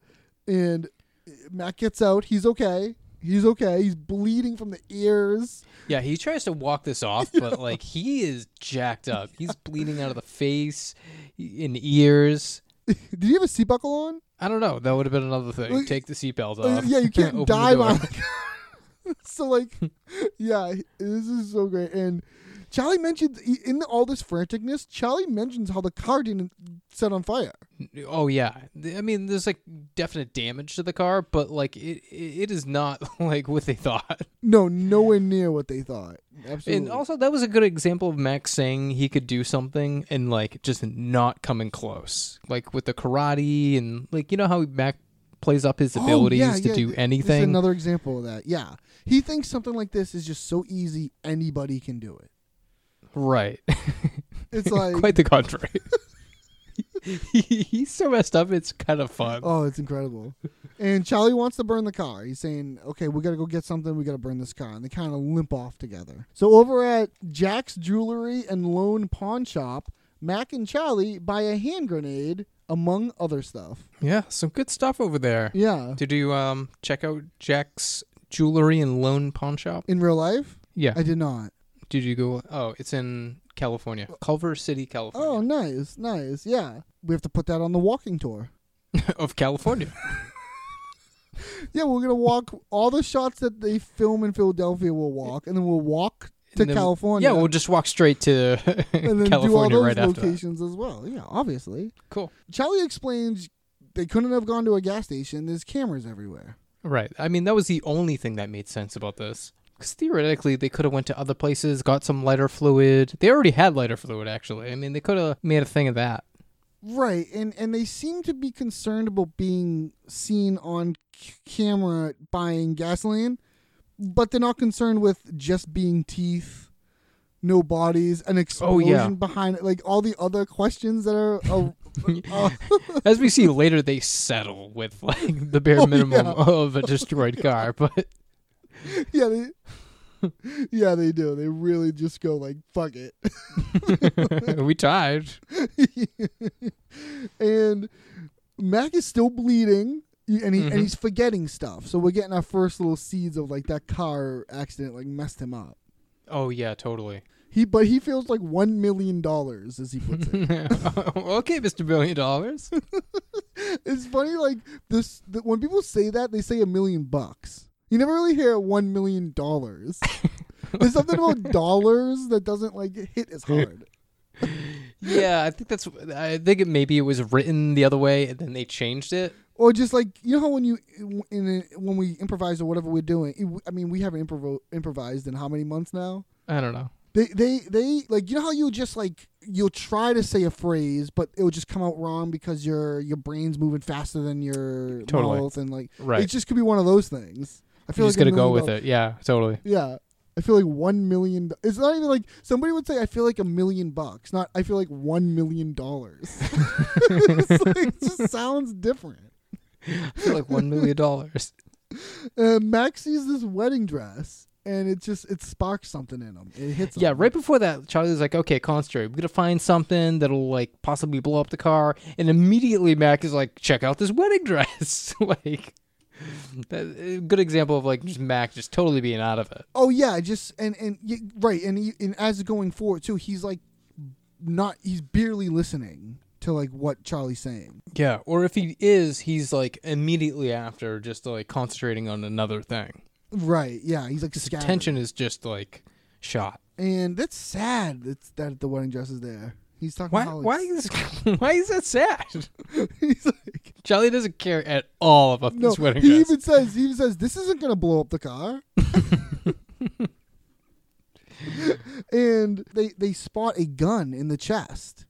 And uh, Matt gets out. He's okay. He's okay. He's bleeding from the ears.
Yeah, he tries to walk this off, but like he is jacked up. He's bleeding out of the face, e, in ears.
Did he have a seat buckle on?
I don't know. That would have been another thing.
Like-
Take the seatbelt
Uh,
off.
yeah, you
Open
can't
the
dive
door.
on. so like, yeah, he- this is so great. And Charlie mentioned in all this franticness, Charlie mentions how the car didn't set on fire.
Oh yeah, Th- I mean, there's like definite damage to the car, but like it, it is not like what they thought.
No, nowhere near what they thought. Absolutely.
And also, that was a good example of Max saying he could do something and like just not coming close, like with the karate and like you know how Max plays up his
Oh,
abilities
yeah,
to
yeah,
do
th- This
anything.
is another example of that. Yeah, he thinks something like this is just so easy anybody can do it.
Right.
It's like,
Quite the contrary. He- He's so messed up. It's kind of fun.
oh, it's incredible. And Charlie wants to burn the car. He's saying, "Okay, we got to go get something. We got to burn this car." And they kind of limp off together. So over at Jack's Jewelry and Loan Pawn Shop, Mac and Charlie buy a hand grenade among other stuff.
Yeah, some good stuff over there.
Yeah,
Did you um check out Jack's jewelry and loan pawn shop?
in real life,
Yeah.
I did not.
Did you go? Oh, it's in California, Culver City, California.
Oh, nice, nice. Yeah, we have to put that on the walking tour.
of California.
Yeah, we're gonna walk all the shots that they film in Philadelphia. We'll walk, and then we'll walk to
And then-
California.
Yeah, we'll just walk straight to
and then
California
do all those
right after. That.
locations as well. Yeah, obviously.
Cool.
Charlie explains they couldn't have gone to a gas station. There's cameras everywhere.
Right. I mean, that was the only thing that made sense about this. Because theoretically, they could have went to other places, got some lighter fluid. They already had lighter fluid, actually. I mean, they could have made a thing of that.
Right, and and they seem to be concerned about being seen on c- camera buying gasoline, but they're not concerned with just being teeth, no bodies, an explosion
yeah.
behind it, like all the other questions that are. are are-
As we see later, they settle with like the bare
Oh,
minimum
yeah.
of a destroyed car. But
yeah, they, yeah, they do. They really just go like, "Fuck it,"
we tried.
and Mac is still bleeding, y- and he and he's forgetting stuff. So we're getting our first little seeds of like that car accident like messed him up.
Oh yeah, totally.
He but he feels like one million dollars as he puts it.
okay, Mister Billion Dollars.
it's funny like this th- when people say that they say a million bucks. You never really hear one million dollars. There's something about dollars that doesn't like hit as hard.
yeah, I think that's. I think it maybe it was written the other way, and then they changed it.
or just like you know how when you in a, when we improvise or whatever we're doing it, i mean we haven't improv- improvised in how many months now
I don't know.
they they they like you know how you just like you'll try to say a phrase but it'll just come out wrong because your your brain's moving faster than your
Totally.
mouth and like
Right.
it just could be one of those things i feel
You're
like
just gonna
a
go
million
with
doll-
it. Yeah, totally.
yeah i feel like one million do- it's not even like somebody would say i feel like a million bucks not i feel like one million dollars it's like, it just sounds different
I feel like one million dollars.
uh, Max sees this wedding dress, and it just it sparks something in him. It hits.
Yeah,
him.
right before that, Charlie's like, "Okay, concentrate. We're gonna find something that'll like possibly blow up the car." And immediately, Mac is like, "Check out this wedding dress." like, that, a good example of like just Mac just totally being out of it.
Oh yeah, just and and y- right, and he, and as going forward too, he's like not he's barely listening to like what Charlie's saying.
Yeah, or if he is, he's like immediately after just like concentrating on another thing.
Right. Yeah. He's like scattered.
Tension is just like shot.
and that's sad. That's that the wedding dress is there. He's talking.
Why?
about how
Why
it's-
is why is that sad?
he's like
Charlie doesn't care at all about
no?
this wedding
he
dress.
even says he even says this isn't gonna blow up the car. and they they spot a gun in the chest,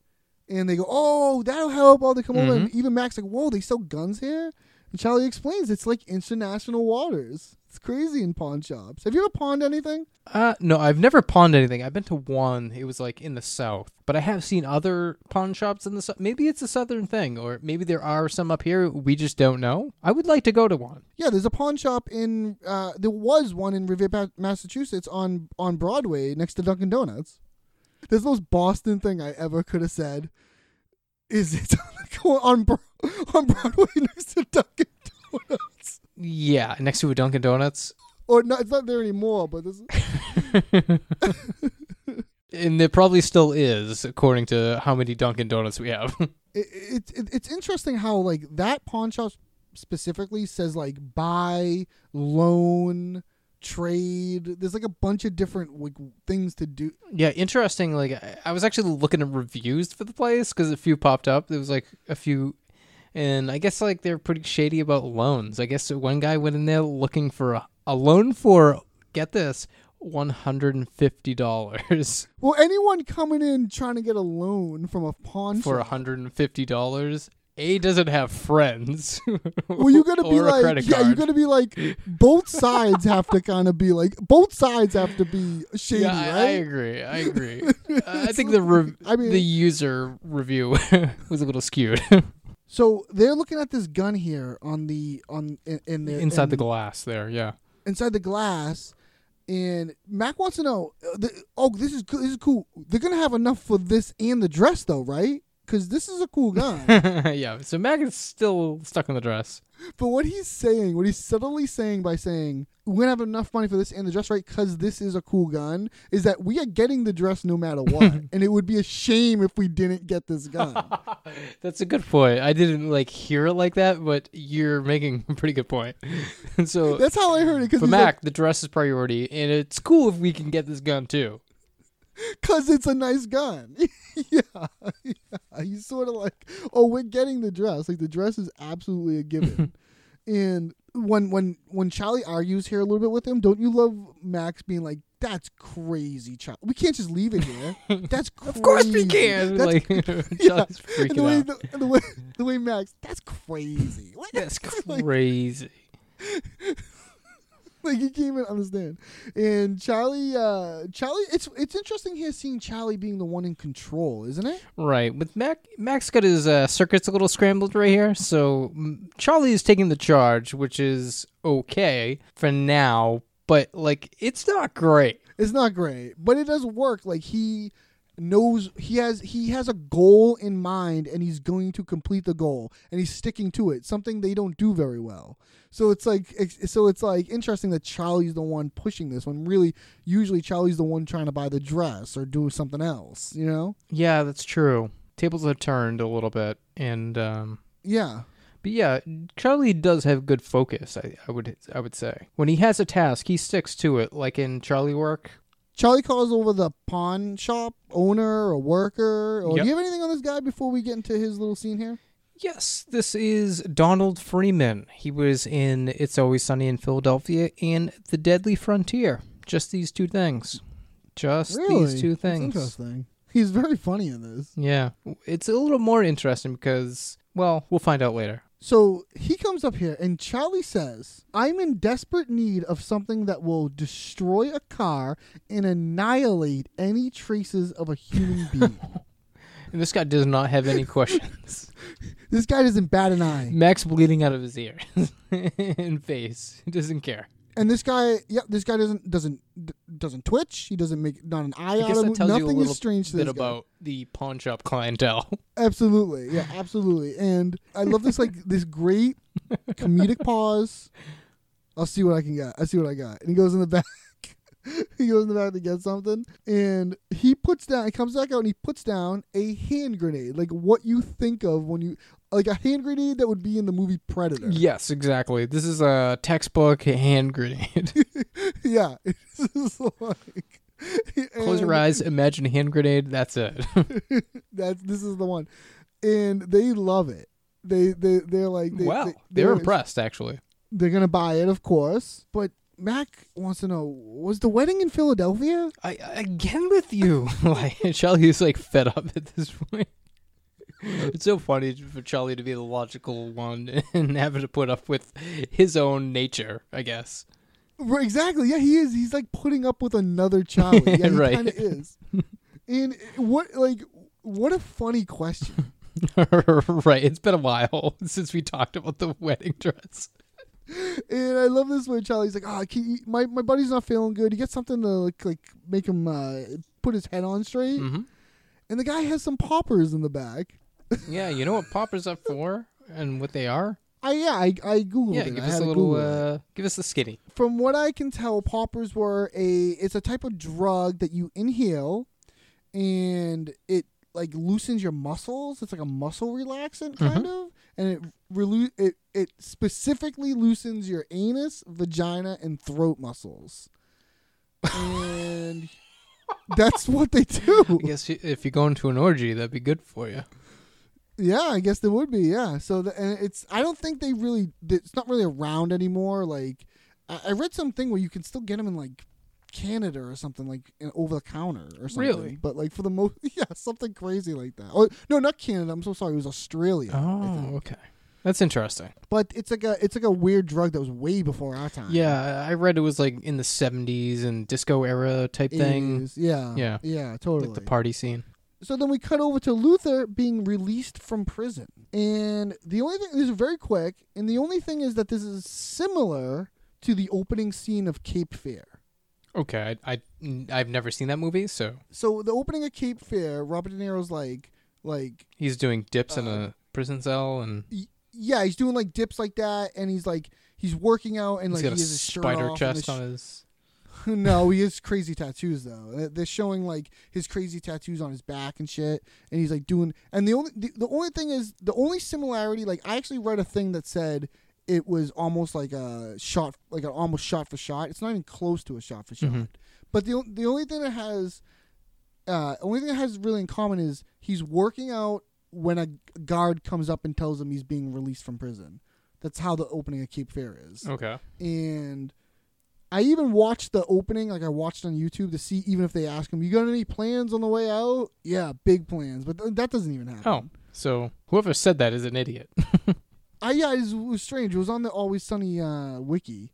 and they go, "Oh, that'll help!" All they come over, and even Max like, "Whoa, they sell guns here." And Charlie explains it's like international waters. It's crazy in pawn shops. Have you ever pawned anything?
Uh, no, I've never pawned anything. I've been to one. It was like in the south, but I have seen other pawn shops in the south. Maybe it's a southern thing, or maybe there are some up here. We just don't know. I would like to go to one.
Yeah, there's a pawn shop in. Uh, there was one in Revere, Pa- Massachusetts, on on Broadway next to Dunkin' Donuts. There's the most Boston thing I ever could have said. Is it on Bro- on Broadway next to Dunkin' Donuts?
Yeah, next to a Dunkin' Donuts,
Or no, it's not there anymore. But this,
and there probably still is, according to how many Dunkin' Donuts we have.
it, it, it, it's interesting how like that pawn shop specifically says like buy, loan, trade. There's like a bunch of different like things to do.
Yeah, interesting. Like I- I was actually looking at reviews for the place because a few popped up. There was like a few, and I guess like they're pretty shady about loans. I guess one guy went in there looking for a, a loan for get this one hundred and fifty dollars
Well, anyone coming in trying to get a loan from a pawn
for
shop,
hundred and fifty dollars. A doesn't have friends.
well, you gotta be
or a
like,
credit
yeah, you
card.
gotta be like, both sides have to kind of be like, both sides have to be shady,
Yeah, I, I
right?
agree. I agree. Uh, I think the re-
I mean-
the user review was a little skewed
So they're looking at this gun here on the on in, in their
inside the
in-
glass. There, yeah.
inside the glass, and Mac wants to know. uh, The, oh, this is cool. This is cool. They're gonna have enough for this and the dress, though, right? Because this is a cool gun.
yeah, so Mac is still stuck in the dress.
but what he's saying, what he's subtly saying by saying, "We're gonna have enough money for this and the dress, right? Because this is a cool gun," is that we are getting the dress no matter what, and it would be a shame if we didn't get this gun.
Oh, That's a good point. I didn't like hear it like that, but you're making a pretty good point. And so
That's how I heard it. Because
for Mac, the dress is priority, and it's cool if we can get this gun too.
because it's a nice gun. yeah, yeah. He's sort of like, oh, we're getting the dress. Like the dress is absolutely a given. and when when when Charlie argues here a little bit with him, don't you love Max being like, "That's crazy, Charlie. We can't just leave it here. That's crazy.
Of course we can.
That's
Like,
yeah.
Charlie's
And the
freaking
way,
out.
The, and the way the way Max, that's crazy. What?
That's
like-
crazy.
Like he can't even understand. And Charlie, uh Charlie, it's it's interesting here seeing Charlie being the one in control, isn't it?
Right, with Mac, Mac's got his uh, circuits a little scrambled right here. So mm, Charlie is taking the charge, which is okay for now, but like it's not great.
It's not great, but it does work. Like he knows he has he has a goal in mind and he's going to complete the goal and he's sticking to it. Something they don't do very well. So it's like it's, so it's like interesting that Charlie's the one pushing this when really usually Charlie's the one trying to buy the dress or do something else, you know?
Yeah, that's true. Tables have turned a little bit, and um,
Yeah.
but yeah, Charlie does have good focus. I, I would I would say when he has a task, he sticks to it. Like in Charlie work,
Charlie calls over the pawn shop owner or worker. Or
Yep.
do you have anything on this guy before we get into his little scene here?
Yes, this is Donald Freeman. He was in It's Always Sunny in Philadelphia and The Deadly Frontier. Just these two things. Just
Really?
these two
That's
things.
interesting. He's very funny in this.
Yeah. It's a little more interesting because, well, we'll find out later.
So he comes up here, and Charlie says, I'm in desperate need of something that will destroy a car and annihilate any traces of a human being.
And this guy does not have any questions.
this guy doesn't bat an eye.
Max bleeding out of his ear and face. He doesn't care.
And this guy, yeah, this guy doesn't doesn't d- doesn't twitch. He doesn't make not an eye
I
out
guess
of him.
that tells you a
Nothing
little
is strange to
bit
this guy.
about the pawn shop clientele.
Absolutely, yeah, absolutely. And I love this like this great comedic pause. I'll see what I can get. I see what I got. And he goes in the back. he goes in the back to get something, and he puts down. He comes back out and he puts down a hand grenade, like what you think of when you like a hand grenade that would be in the movie Predator.
yes, exactly. This is a textbook hand grenade.
yeah. It's just like,
Close your
and-
eyes, imagine a hand grenade, that's it.
That's this is the one, and they love it. They they they're like they,
wow.
they,
They, are impressed actually.
They're gonna buy it, of course. But Mac wants to know: Was the wedding in Philadelphia?
I again with you. like Charlie is like fed up at this point. It's so funny for Charlie to be the logical one and having to put up with his own nature, I guess.
Right, exactly. Yeah, he is. He's like putting up with another Charlie. Yeah, he
Right.
kind of is. And what like what a funny question.
right. It's been a while since we talked about the wedding dress.
and I love this way. Charlie's like, oh, can you, my my buddy's not feeling good. He gets something to like, like make him uh, put his head on straight.
Mm-hmm.
And the guy has some poppers in the back.
Yeah, you know what poppers up for and what they are?
I yeah, I I googled
Yeah,
it.
give
I
us
had
a
to
little
Google it.
uh give us the skinny.
from what I can tell, poppers were a it's a type of drug that you inhale, and it like loosens your muscles. It's like a muscle relaxant kind of, and it relu- it it specifically loosens your anus, vagina, and throat muscles. And that's what they do.
I guess you- if you go into an orgy, that'd be good for you.
Yeah, I guess there would be. Yeah. So the, and it's I don't think they really it's not really around anymore. Like I, I read something where you can still get them in like Canada or something like in, over the counter or something.
Really?
But like for the most, yeah, something crazy like that. Oh no, not Canada. I'm so sorry. It was Australia. I think.
Oh, okay. That's interesting.
But it's like a it's like a weird drug that was way before our time.
Yeah, I read it was like in the 70s and disco era type
It
thing,
is, Yeah.
Yeah.
Yeah. Totally.
like the party scene.
so then we cut over to Luther being released from prison. And the only thing this is very quick, and the only thing is that this is similar to the opening scene of Cape Fear.
Okay, I, I I've never seen that movie, so
So the opening of Cape Fear, Robert De Niro's like like
he's doing dips in
Uh,
a prison cell and
y- yeah, he's doing like dips like that and he's like he's working out and
he's
like
got a
he has his shirt
spider
off and
chest
the
on his.
no, he has crazy tattoos though. They- They're showing like his crazy tattoos on his back and shit, and he's like doing. And the only the, the only thing is the only similarity. Like I actually read a thing that said it was almost like a shot, like an almost shot for shot. It's not even close to a shot for shot. But the o- the only thing that has, uh, only thing that has really in common is he's working out when a guard comes up and tells him he's being released from prison. That's how the opening of Cape Fear is
Okay.
and I even watched the opening, like I watched on YouTube to see even if they ask him, "You got any plans on the way out?" Yeah, big plans, but th- that doesn't even happen.
Oh, so whoever said that is an idiot.
I yeah, it was, it was strange. It was on the Always Sunny uh, wiki.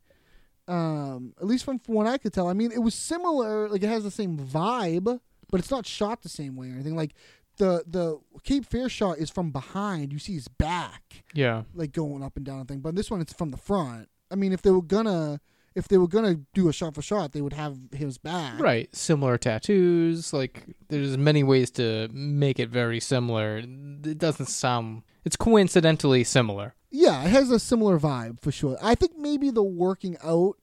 Um, at least from, from what I could tell. I mean, it was similar. Like it has the same vibe, but it's not shot the same way or anything. Like the the Cape Fear shot is from behind. You see his back.
yeah.
like going up and down and thing. But this one, it's from the front. I mean, if they were gonna, if they were gonna do a shot for shot, they would have his back.
Right. Similar tattoos. Like there's many ways to make it very similar. It doesn't sound. It's coincidentally similar.
Yeah, it has a similar vibe for sure. I think maybe the working out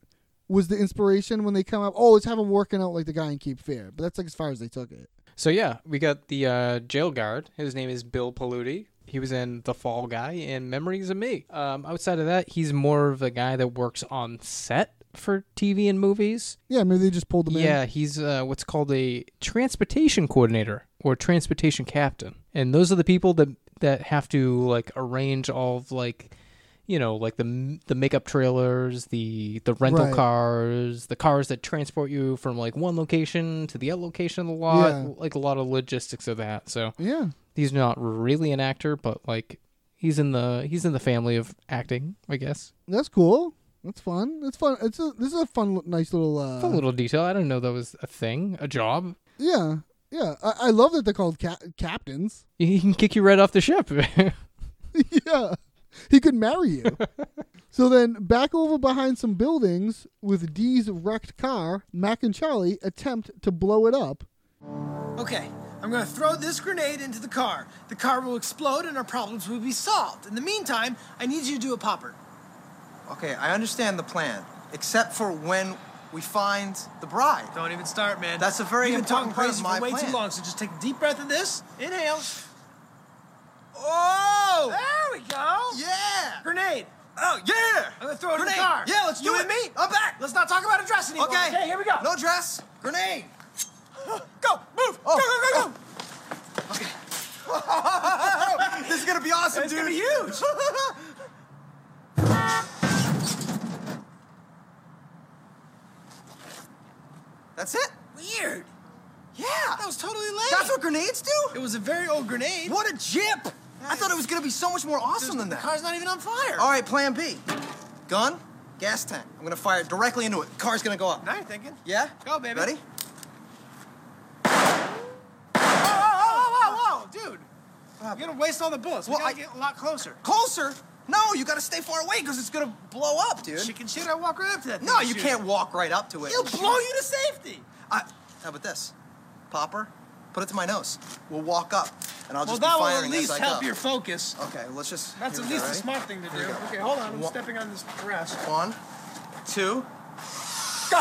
was the inspiration when they come up. Oh, let's have him working out like the guy in Cape Fear. But that's like as far as they took it.
So yeah, we got the uh, jail guard. His name is Bill Paluti. He was in The Fall Guy and Memories of Me. Um, outside of that, he's more of a guy that works on set for TV and movies.
Yeah, maybe they just pulled him in.
Yeah, he's uh, what's called a transportation coordinator or transportation captain, and those are the people that that have to like arrange all of like, you know, like the the makeup trailers, the the rental
Right.
cars, the cars that transport you from like one location to the other location of the lot,
Yeah.
like a lot of logistics of that. So
Yeah.
he's not really an actor, but like he's in the he's in the family of acting, I guess.
That's cool. That's fun. It's fun. It's a, this is a fun, li- nice little. Uh,
A little detail. I didn't know that was a thing, a job.
Yeah, yeah. I, I love that they're called ca- captains.
He can kick you right off the ship.
yeah. He could marry you. so then, back over behind some buildings with Dee's wrecked car, Mac and Charlie attempt to blow it up.
Okay, I'm gonna throw this grenade into the car. The car will explode and our problems will be solved. In the meantime, I need you to do a popper.
Okay, I understand the plan, except for when we find the bride.
Don't even start, man.
That's a very
You've been talking
important part of
crazy
my
for way
plan.
too long, so just take a deep breath of this. Inhale. Oh! There we go!
Yeah!
Grenade!
Oh, yeah!
I'm gonna throw it
Grenade.
in the car.
Yeah, let's
you
do it.
and me.
I'm back.
Let's not talk about a dress anymore.
okay.
here we go.
No dress. Grenade.
go, move.
Oh,
Go, go, go, go.
This is gonna be awesome,
It's
dude.
gonna be huge.
That's it?
Weird.
Yeah.
That was totally lame.
That's what grenades do?
It was a very old grenade.
What a jip! I thought it was gonna be so much more awesome than
The
that.
car's not even on fire.
All right, plan B. Gun, gas tank. I'm gonna fire directly into it. Car's gonna go up.
Now you're thinking.
Yeah?
Go, baby.
Ready?
Whoa, whoa, whoa, whoa, whoa, dude. You're gonna waste all the bullets. We
Well,
gotta
I-
get a lot closer.
Closer? No, you gotta stay far away because it's gonna blow up, dude.
Chicken shit, I walk right up to that.
No,
thing and
you
shoot.
can't walk right up to it.
It'll blow you to safety.
I, how about this? Popper, put it to my nose. We'll walk up, and I'll
Well,
just
that
be
will
firing
at least
as I
help
go.
your focus.
Okay, let's just.
That's
here
at
we go,
least the
ready?
smart thing to do.
Here we go.
Okay, hold on. I'm
One-
stepping on this dress.
One, two.
Go.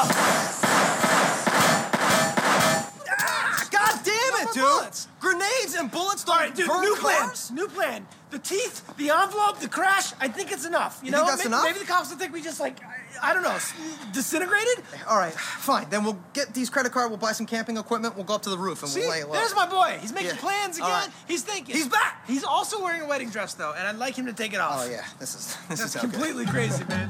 Ah, God damn it!
and bullets.
Grenades and bullets don't
All right, dude.
burn
New plan.
cars?
New plan. The teeth, the envelope, the crash. I think it's enough. You,
You
know,
think that's
maybe,
enough?
maybe the cops will think we just like, I, I don't know, s- disintegrated.
All right, fine. Then we'll get these credit card. We'll buy some camping equipment. We'll go up to the roof and
See,
we'll lay low.
there's my boy. He's making
Yeah.
plans
All
again.
right.
He's thinking.
He's back.
He's also wearing a wedding dress though, and I'd like him to take it off.
Oh yeah, this is this
That's
is how good.
completely crazy, man.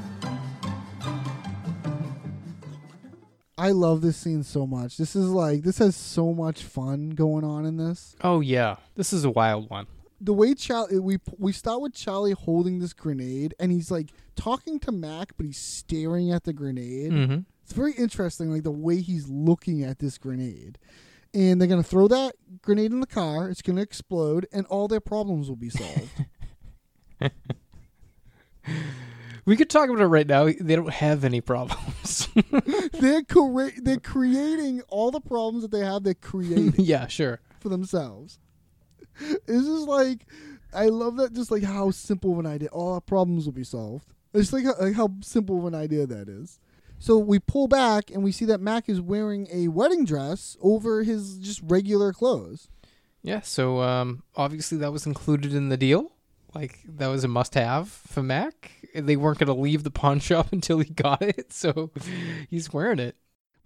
I love this scene so much. This is like this has so much fun going on in this.
Oh yeah, this is a wild one.
The way Charlie we we start with Charlie holding this grenade and he's like talking to Mac, but he's staring at the grenade. It's very interesting, like the way he's looking at this grenade. And they're gonna throw that grenade in the car. It's gonna explode, and all their problems will be solved.
We could talk about it right now. They don't have any problems.
they're cre- they're creating all the problems that they have. They're creating.
yeah, sure.
for themselves. It's just like I love that just like how simple of an idea all our problems will be solved. It's like how, like how simple of an idea that is. So we pull back and we see that Mac is wearing a wedding dress over his just regular clothes.
Yeah, so um, obviously that was included in the deal. Like that was a must-have for Mac. They weren't going to leave the pawn shop until he got it, so he's wearing it.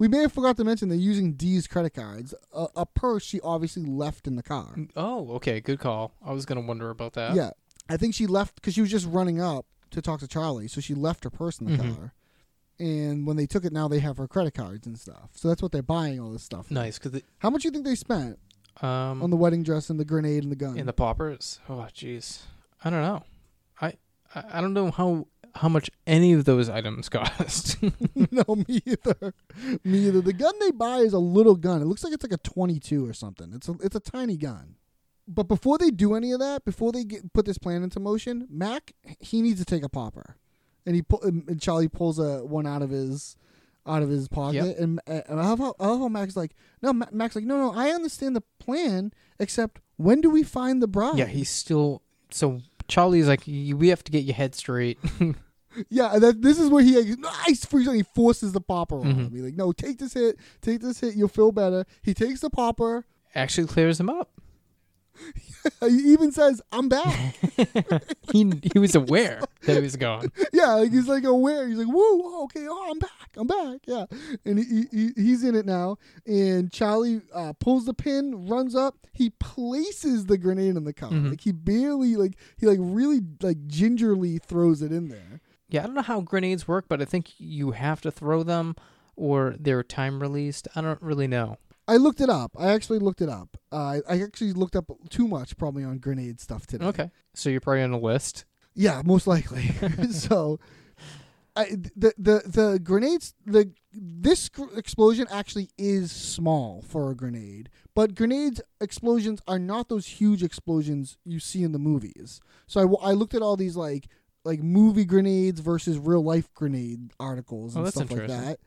We may have forgot to mention they're using Dee's credit cards, a, a purse she obviously left in the car.
Oh, okay, good call. I was going to wonder about that.
Yeah, I think she left because she was just running up to talk to Charlie, so she left her purse in the
Mm-hmm.
car. And when they took it, now they have her credit cards and stuff. So that's what they're buying all this stuff. for.
Nice, because
How much do you think they spent
um,
on the wedding dress and the grenade and the gun?
in the poppers. Oh, jeez. I don't know. I I I don't know how how much any of those items cost.
no, me either. Me either. The gun they buy is a little gun. It looks like it's like a twenty-two or something. It's a it's a tiny gun. But before they do any of that, before they get, put this plan into motion, Mac he needs to take a popper, and he pull, and Charlie pulls a one out of his out of his pocket,
Yep.
and, and I love how I love how Mac's like, no, Ma- Mac's like, no, no, I understand the plan, except when do we find the bride?
yeah, he's still so Charlie's like "Y- we have to get your head straight.
Yeah, and that, this is where he like, nice freeze, and he forces the popper on him. He's like, no, take this hit, take this hit, you'll feel better. He takes the popper. Uh,
Actually clears him up.
He even says, "I'm back."
He he was aware that he was gone.
yeah, like he's like aware. He's like, "Woo, okay, oh, I'm back, I'm back." Yeah, and he, he he's in it now. And Charlie uh, pulls the pin, runs up. He places the grenade in the car. Like he barely, like he like really like gingerly throws it in there.
Yeah, I don't know how grenades work, but I think you have to throw them or they're time released. I don't really know.
I looked it up. I actually looked it up. Uh, I- I actually looked up too much probably on grenade stuff today.
Okay. So you're probably on a list.
Yeah, most likely. so, I, the the the grenades the this gr- explosion actually is small for a grenade, but grenades explosions are not those huge explosions you see in the movies. So I, w- I looked at all these like like movie grenades versus real life grenade articles
Oh,
and
that's
stuff like
interesting.
that.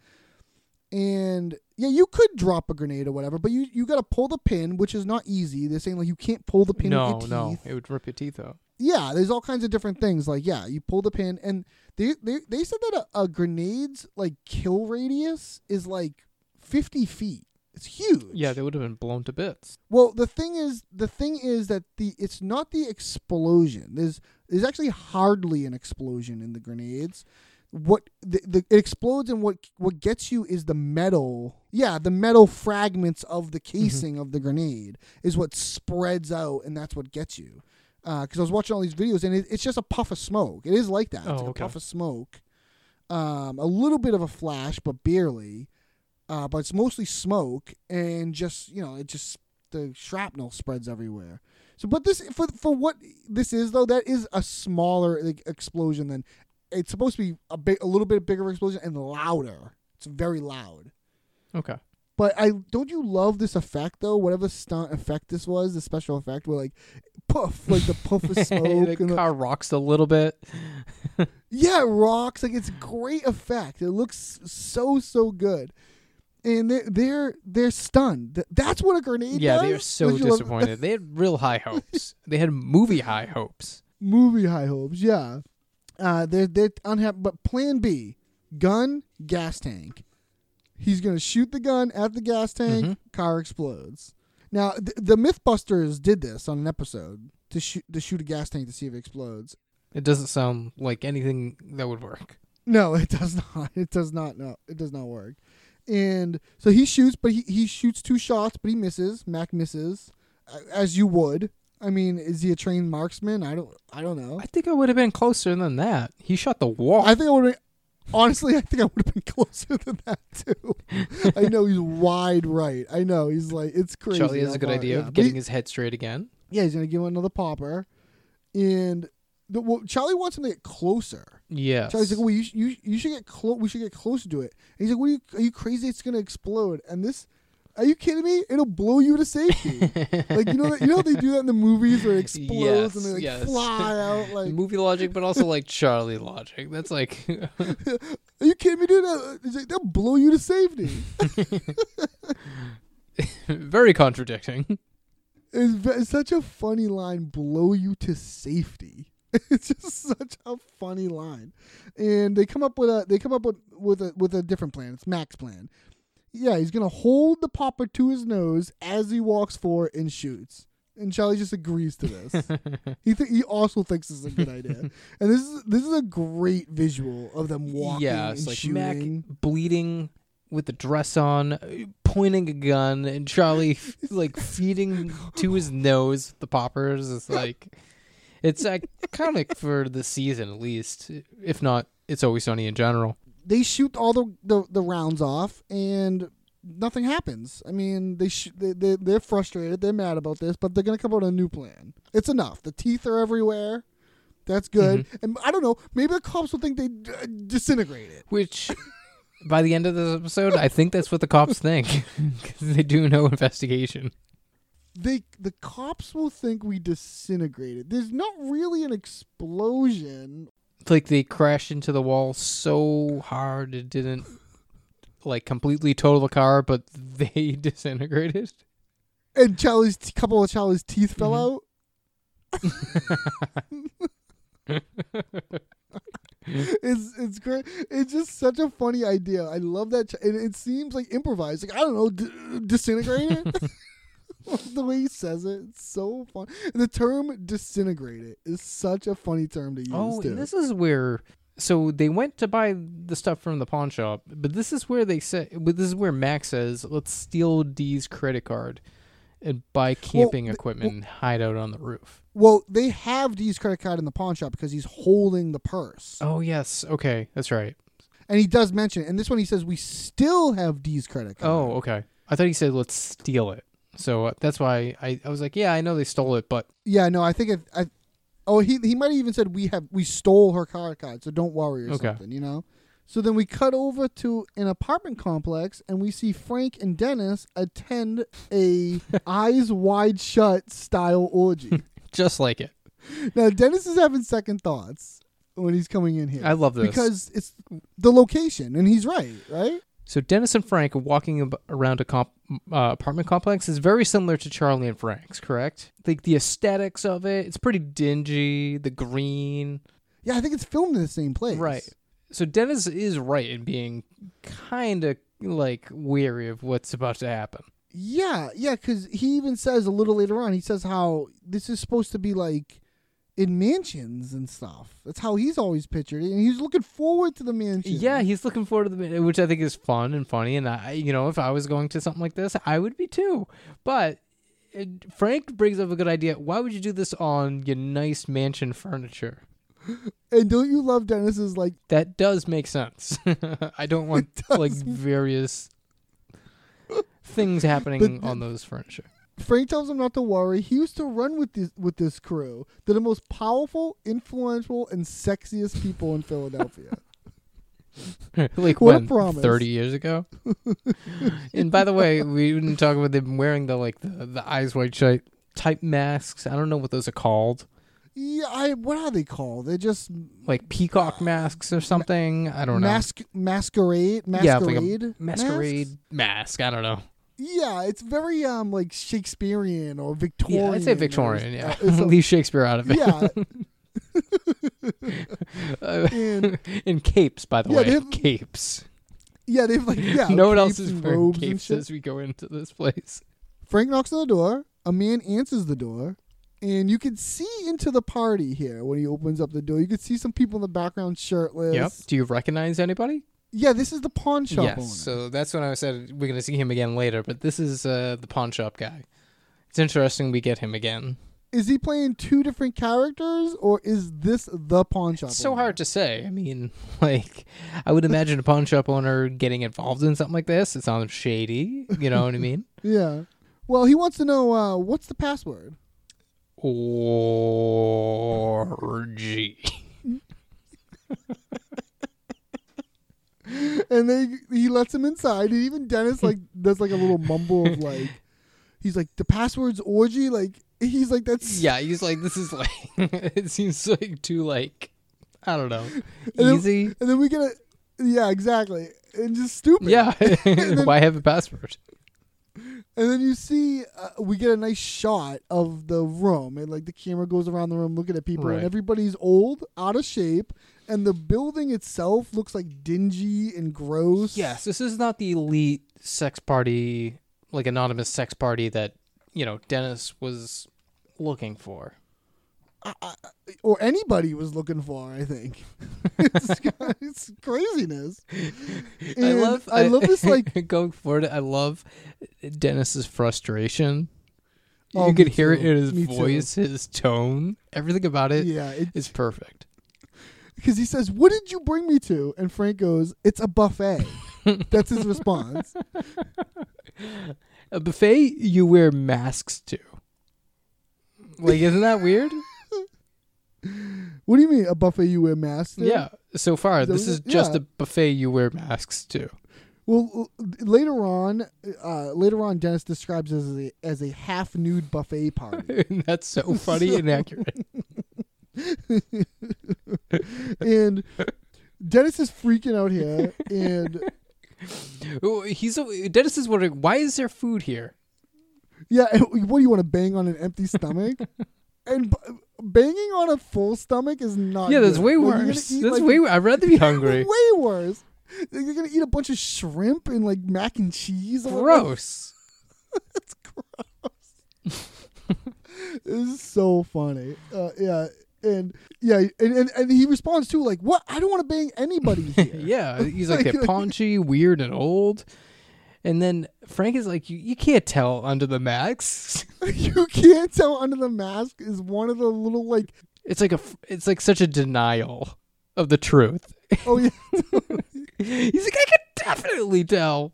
And yeah, you could drop a grenade or whatever, but you you got to pull the pin, which is not easy. They're saying like you can't pull the pin
no,
with your
no.
teeth
It would rip your teeth out.
yeah, there's all kinds of different things. Like, yeah, you pull the pin, and they they, they said that a, a grenade's like kill radius is like fifty feet. It's huge.
Yeah, they would have been blown to bits.
Well, the thing is, the thing is that the it's not the explosion. There's there's actually hardly an explosion in the grenades. What the, the it explodes and what what gets you is the metal. Yeah, the metal fragments of the
Mm-hmm.
casing of the grenade is what spreads out, and that's what gets you. Because I was watching all these videos, and it, it's just a puff of smoke. It is like that.
Oh,
it's like
okay.
a puff of smoke, um, a little bit of a flash, but barely uh, but it's mostly smoke and just you know it just the shrapnel spreads everywhere. So, but this for for what this is though, that is a smaller like, explosion than it's supposed to be a big, a little bit bigger explosion and louder. It's very loud.
Okay.
But I don't you love this effect though? Whatever stunt effect this was, the special effect where like puff, like the puff of smoke.
the
and the-
car rocks a little bit.
Yeah, it rocks. Like it's a great effect. It looks so so good. And they're they're they're stunned. Th- That's what a grenade
yeah,
does.
they are so
Don't you love-
disappointed. they had real high hopes. They had movie high hopes.
Movie high hopes. Yeah, uh, they're they're unhappy. But Plan B: gun,
Mm-hmm.
gas tank. He's gonna shoot the gun at the gas tank. Car explodes. Now, th- the MythBusters did this on an episode to shoot to shoot a gas tank to see if it explodes.
It doesn't sound like anything that would work.
No, it does not. It does not. No, it does not work. And so he shoots, but he, he shoots two shots, but he misses. Mac misses, a- as you would. I mean, is he a trained marksman? I don't. I don't know.
I think I would have been closer than that. He shot the wall.
I think I would have. Honestly, I think I would have been closer than that too. I know he's wide right. I know he's like it's crazy.
Charlie has
how
a good
far-
idea
yeah,
of
but
getting
he-
his head straight again.
Yeah, he's gonna give him another popper, and the, well, Charlie wants him to get closer.
Yeah.
Charlie's like, well, you, sh- you, sh- you should get close. We should get closer to it. And he's like, what are you, are you crazy? It's gonna explode. And this, are you kidding me? It'll blow you to safety. like you know, that, you know how they do that in the movies where it explodes and they like
Yes, yes.
fly out. Like,
movie logic, but also like Charlie logic. That's like
are you kidding me, dude? Uh, He's like, they'll blow you to safety.
very contradicting.
It's, ve- it's such a funny line. Blow you to safety. It's just such a funny line, and they come up with a they come up with with a with a different plan. It's Mac's plan. Yeah, he's gonna hold the popper to his nose as he walks forward and shoots. And Charlie just agrees to this. he th- he also thinks this is a good idea. And this is this is a great visual of them walking
yeah,
and
it's like
shooting.
Mac bleeding with the dress on, uh, pointing a gun, and Charlie f- like feeding to his nose the poppers. It's like it's iconic for the season at least, if not, it's always sunny in general.
they shoot all the, the, the rounds off and nothing happens. I mean, they, sh- they, they they're frustrated, they're mad about this, but they're gonna come up with a new plan. It's enough. The teeth are everywhere. That's good. And I don't know. Maybe the cops will think they d- uh, disintegrated.
Which, by the end of this episode, I think that's what the cops think 'cause they do no investigation.
They the cops will think we disintegrated. There's not really an explosion.
It's Like they crashed into the wall so hard it didn't like completely total the car, but they disintegrated.
And Charlie's t- couple of Charlie's teeth fell out.
Mm-hmm.
it's it's great. It's just such a funny idea. I love that. Ch- and it seems like improvised. Like I don't know, d- disintegrated. the way he says it, it's so fun. And the term "disintegrated" is such a funny term to use.
Oh,
too.
and this is where. So they went to buy the stuff from the pawn shop, but this is where they said. But this is where Max says, "Let's steal Dee's credit card." And buy camping
th-
equipment and hide out on the roof.
well, they have Dee's credit card in the pawn shop because he's holding the purse,
Oh yes, okay, that's right.
and he does mention. it. And this one, he says, "We still have Dee's credit card."
Oh, okay. I thought he said let's steal it. So uh, that's why I, I was like, yeah, I know they stole it, but
Yeah, no, I think I, I oh he he might have even said we have we stole her card card, so don't worry or
Okay.
something, you know. So then we cut over to an apartment complex and we see Frank and Dennis attend a eyes wide shut style orgy.
just like it.
now Dennis is having second thoughts when he's coming in here.
I love this.
because it's the location and he's right, right?
So Dennis and Frank walking ab- around a comp- uh, apartment complex is very similar to Charlie and Frank's, correct? Like the aesthetics of it, it's pretty dingy, the green.
Yeah, I think it's filmed in the same place.
Right. So Dennis is right in being kind of like weary of what's about to happen.
Yeah, yeah, because he even says a little later on, he says how this is supposed to be like in mansions and stuff. That's how he's always pictured, it, and he's looking forward to the mansion.
Yeah, he's looking forward to the which I think is fun and funny. And I, you know, if I was going to something like this, I would be too. But uh, Frank brings up a good idea. Why would you do this on your nice mansion furniture?
and don't you love Dennis's like
That does make sense. I don't want like various things happening on those furniture.
Frank tells him not to worry. He used to run with this with this crew. They're the most powerful, influential, and sexiest people in Philadelphia.
like
What a
when
promise.
thirty years ago. and by the way, we didn't talk about them wearing the like the, the eyes wide shut type masks. I don't know what those are called.
yeah, I what are they called? They're just
like peacock masks or something. I don't know.
mask masquerade
yeah, it's
masquerade
like a masquerade
masks?
mask. I don't know.
Yeah, it's very um like Shakespearean or Victorian.
Yeah, I'd say
or-
Victorian. Yeah,
uh, so-
leave Shakespeare out of it.
yeah,
in, capes, by the
Yeah,
way,
they have-
capes.
yeah, they've like yeah.
no one else
capes
is
and
wearing
robes and
capes
shit.
as we go into this place.
Frank knocks on the door. A man answers the door, and you can see into the party here when he opens up the door. You can see some people in the background shirtless.
Yep. Do you recognize anybody?
Yeah, this is the pawn shop
yes.
owner.
So that's when I said we're gonna see him again later, but this is uh, the pawn shop guy. It's interesting we get him again.
is he playing two different characters, or is this the pawn shop?
It's so
owner?
hard to say. I mean, like, I would imagine a pawn shop owner getting involved in something like this. It sounds shady. You know what I mean?
Yeah. Well, he wants to know uh, what's the password.
Orgy.
and then he lets him inside. And even Dennis like does like a little mumble of like, he's like the password's orgy. Like he's like that's
Yeah, he's like, this is like, it seems like too like, I don't know,
And then-
easy.
And then we get a yeah exactly and just stupid
Yeah. Why have a password?
And then you see uh, we get a nice shot of the room and like the camera goes around the room looking at people
Right.
and everybody's old, out of shape, and the building itself looks like dingy and gross.
Yes, this is not the elite sex party, like anonymous sex party that you know Dennis was looking for.
or anybody was looking for. I think it's, it's craziness.
I
And
love,
I love this like
going forward. I love Dennis's frustration.
Oh,
you could
me
hear it
too.
in his
Me too.
voice, his tone, everything about it.
Yeah, it-
it's perfect.
because he says, "What did you bring me to?" And Frank goes, "It's a buffet." That's his response.
A buffet you wear masks to. Like, isn't that weird?
What do you mean a buffet you wear masks? to?
yeah. So far, this is
Those-
just
yeah.
a buffet you wear masks to.
Well, l- later on, uh, later on, Dennis describes it as a as a half nude buffet party,
And that's so funny and accurate.
and Dennis is freaking out here, and
Oh, He's a, Dennis is wondering why is there food here?
Yeah, and what do you want to bang on an empty stomach? and b- banging on a full stomach is not.
yeah, that's
good.
way
Like, you're gonna
worse.
eat,
That's
like,
way. wor- I'd rather be hungry.
way worse. Like, You're gonna eat a bunch of shrimp and like mac and cheese. or whatever.
Gross.
It's gross. this is so funny. Uh, yeah, and yeah, and, and and he responds too like, "What? I don't want to bang anybody here."
Yeah, he's like
Like-
they're paunchy, weird, and old. And then Frank is like, you, you can't tell under the max.
you can't tell under the mask is one of the little like
It's like a, f- it's like such a denial of the truth.
oh yeah.
He's like, I can definitely tell.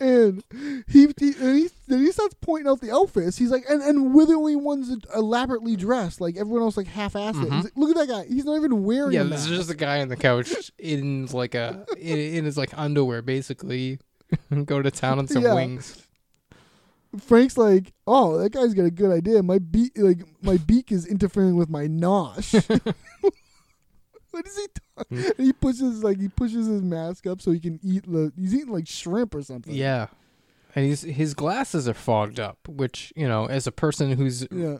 and he, he, and he then he starts pointing out the outfits. He's like, and and we're the only ones elaborately dressed. Like everyone else, like half assed. He's like, Look at that guy. He's not even wearing.
Mm-hmm. Yeah,
a
this is
mask."
just a guy on the couch in like a in, in his like underwear, basically. Go to town on some
Yeah.
wings.
Frank's like, oh, that guy's got a good idea. My beak, like my beak is interfering with my nosh. what is he talking? And he pushes like he pushes his mask up so he can eat. The, he's eating like shrimp or something.
Yeah. And he's, his glasses are fogged up, which, you know, as a person who's
Yeah.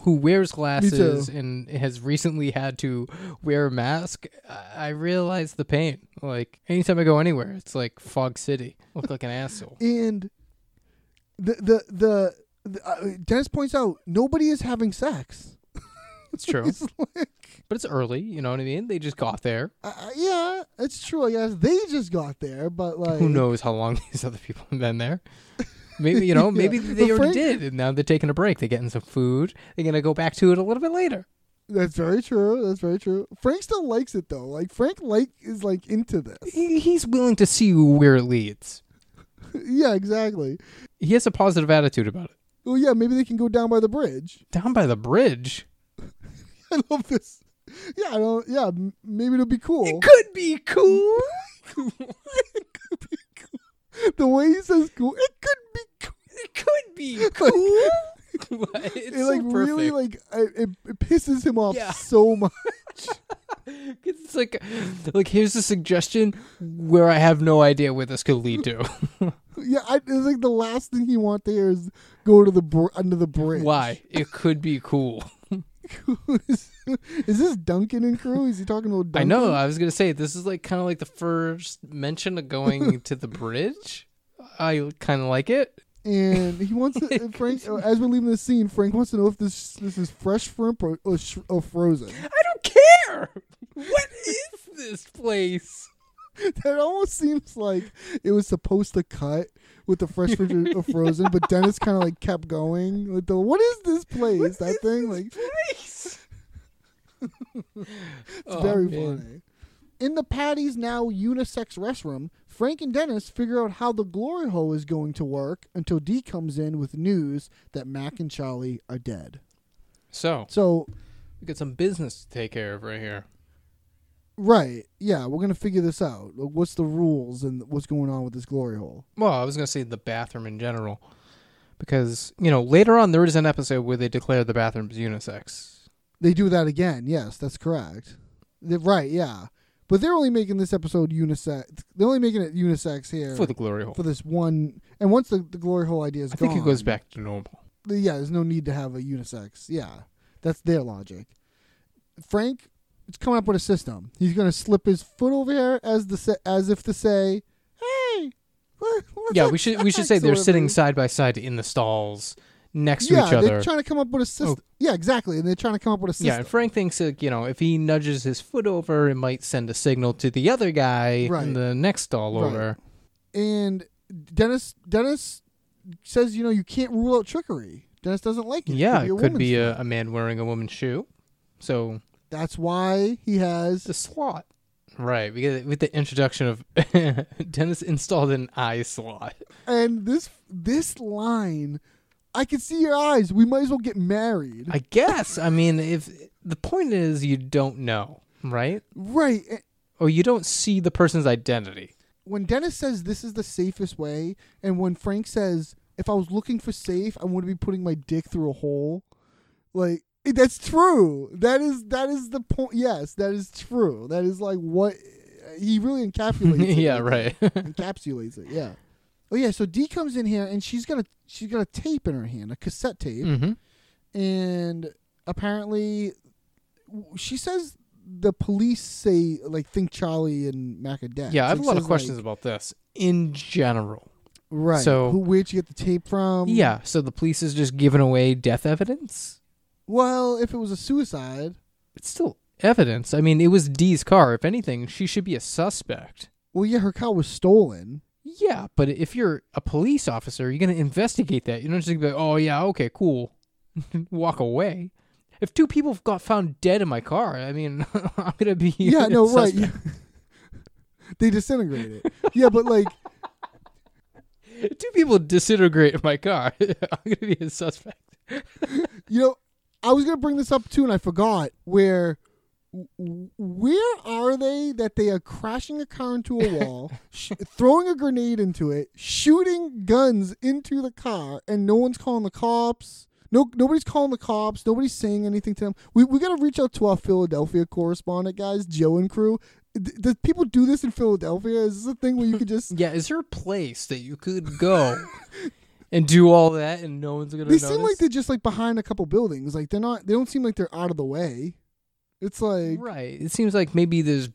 who wears glasses and has recently had to wear a mask, I- I realize the pain. Like anytime I go anywhere, it's like fog city. Look like an asshole.
and the the the, the uh, Dennis points out nobody is having sex.
It's true,
It's like,
but it's early. You know what I mean? They just got there.
uh, uh, yeah, it's true. I guess they just got there, but like,
Who knows how long these other people have been there? Maybe you know, maybe they
But
already
Frank-
did, and now they're taking a break. They're getting some food. They're gonna go back to it a little bit later.
That's very true. That's very true. Frank still likes it though. Like Frank like is like into this.
He, he's willing to see where it leads.
yeah, exactly.
He has a positive attitude about it.
Well, yeah, maybe they can go down by the bridge.
Down by the bridge,
I love this. Yeah, I don't. Yeah, m- maybe it'll be cool.
could be cool.
the way he says cool, it could be cool.
It could be cool. it's
It like
so perfect.
really like I, it, it pisses him off
Yeah.
so much.
'Cause it's like, like here's a suggestion where I have no idea where this could lead to.
Yeah, I, it's like the last thing you want there is go to the br- under the bridge.
Why? It could be cool.
is this Duncan and crew? Is he talking about Duncan?
I know. I was gonna say this is like kind of like the first mention of going to the bridge. I kind of like it.
And he wants to, uh, Frank, as we're leaving the scene, Frank wants to know if this this is fresh shrimp or, or, sh- or frozen.
I don't care. What is this place?
That almost seems like it was supposed to cut with the fresh fruit of frozen, but Dennis kind of like kept going with the what is this place? that thing like
Place. Oh,
it's very funny. In the Patty's now unisex restroom, Frank and Dennis figure out how the glory hole is going to work until Dee comes in with news that Mac and Charlie are dead.
So
So,
we got some business to take care of right here.
right, yeah, we're gonna figure this out. Like, What's the rules and what's going on with this glory hole?
Well, I was gonna say the bathroom in general, because you know later on there is an episode where they declare the bathrooms unisex.
They do that again. Yes, that's correct. They're, right, yeah. But they're only making this episode unisex. They're only making it unisex here
For the glory hole.
for this one. And once the, the glory hole idea is
I
gone,
think it goes back to normal.
th- Yeah, there's no need to have a unisex. Yeah, that's their logic. Frank, it's coming up with a system. He's gonna slip his foot over here as the sa- as if to say, "Hey." let- let's
Yeah,
have
we should we should say
sex or
they're sitting
whatever."
side by side in the stalls next to
yeah,
each other. Oh.
they're trying to come up with a system. Yeah, exactly. And they're trying to come up with a system.
Yeah, and Frank thinks like you know if he nudges his foot over, it might send a signal to the other guy
Right.
in the next stall
Right.
over.
and Dennis Dennis says, you know, you can't rule out trickery. Dennis doesn't like it.
Yeah, it could
woman's
be
thing.
a, a man wearing a woman's shoe. So
That's why he has.
the slot. Right, we get with the introduction of Dennis installed an eye slot.
And this this line, I can see your eyes. We might as well get married.
I guess. I mean, if the point is you don't know, right?
right. eh,
Or you don't see the person's identity.
When Dennis says this is the safest way, and when Frank says, if I was looking for safe, I wouldn't be putting my dick through a hole. Like eh, that's true. That is that is the point. Yes, that is true. That is like what he really encapsulates. it
yeah,
like
right.
encapsulates it. Yeah. Oh yeah. So D comes in here and she's got a she's got a tape in her hand, a cassette tape,
hmm
and apparently, w- she says the police say like think Charlie and Mac are dead.
Yeah, I
So
have a
it
lot of
says,
questions
like,
about this in general.
right.
so-
who where'd you get the tape from?
yeah, so the police is just giving away death evidence?
Well, if it was a suicide,
It's still evidence. I mean, it was Dee's car. If anything, she should be a suspect.
well, yeah, her car was stolen.
Yeah, but if you're a police officer, you're going to investigate that. You're not just going to be like, oh, yeah, okay, cool. Walk away. If two people got found dead in my car, I mean, I'm going to be.
Yeah.
a
No. Right.
suspect.
they disintegrated. yeah, but like.
If two people disintegrate in my car, I'm going to be a suspect.
You know, I was gonna bring this up too, and I forgot. Where, w- where are they that they are crashing a car into a wall, sh- throwing a grenade into it, shooting guns into the car, and no one's calling the cops. No, nobody's calling the cops. Nobody's saying anything to them. We we gotta reach out to our Philadelphia correspondent guys, Joe and crew. D- does people do this in Philadelphia? Is this a thing where you could just?
Yeah, is there a place that you could go and do all that and no one's going to
They
notice?
seem like they're just like behind a couple buildings. Like they're not. They don't seem like they're out of the way. It's like
Right. It seems like maybe there's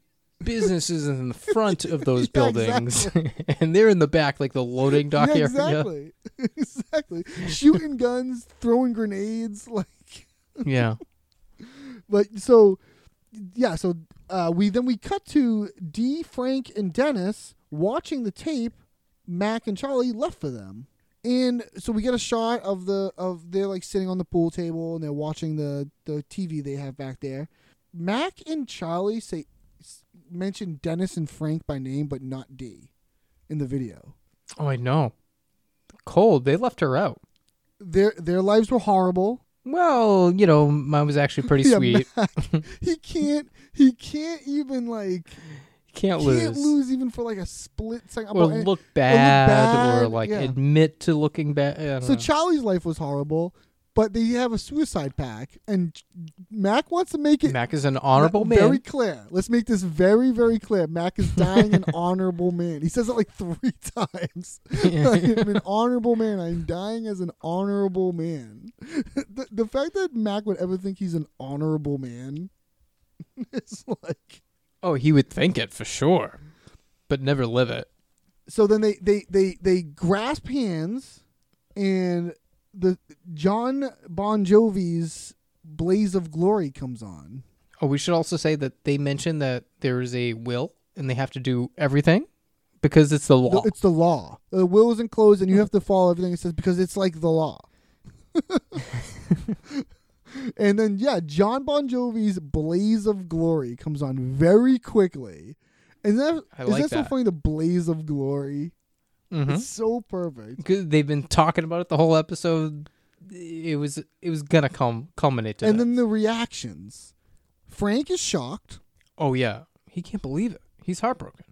businesses in the front of those
Yeah,
buildings and they're in the back, like the loading dock
yeah,
area.
exactly. exactly. Shooting guns, throwing grenades, like
Yeah.
but so yeah, so uh, we then we cut to D, Frank, and Dennis watching the tape Mac and Charlie left for them. And so we get a shot of the of they're like sitting on the pool table and they're watching the the TV they have back there. Mac and Charlie say s- mention Dennis and Frank by name, but not D in the video.
Oh, I know. Cold. They left her out.
Their their lives were horrible.
Well, you know, mine was actually pretty
Yeah,
sweet.
Mac. he can't. He can't even like.
Can't,
Can't
lose.
lose even for like a split eh, second.
Or
About any-
look bad, or
bad,
like
yeah.
admit to looking bad.
So Charlie's life was horrible. But they have a suicide pact, and Mac wants to make it
Mac is an honorable man.
very clear. Let's make this very, very clear. Mac is dying an honorable man. He says it like three times. I am an honorable man. I'm dying as an honorable man. the, the fact that Mac would ever think he's an honorable man is like.
oh, he would think it for sure, but never live it.
So then they they they they grasp hands, and the John Bon Jovi's blaze of glory comes on.
Oh, we should also say that they mentioned that there is a will and they have to do everything because it's the law.
It's the law. The will isn't closed, and you have to follow everything it says because it's like the law. and then yeah, John Bon Jovi's blaze of glory comes on very quickly. And that
I
is
like
that so
that. Mm-hmm.
funny? The blaze of glory. It's so perfect.
'Cause They've been talking about it the whole episode. It was it was gonna come culminate to
And
that.
then the reactions. Frank is shocked.
oh yeah, he can't believe it. He's heartbroken.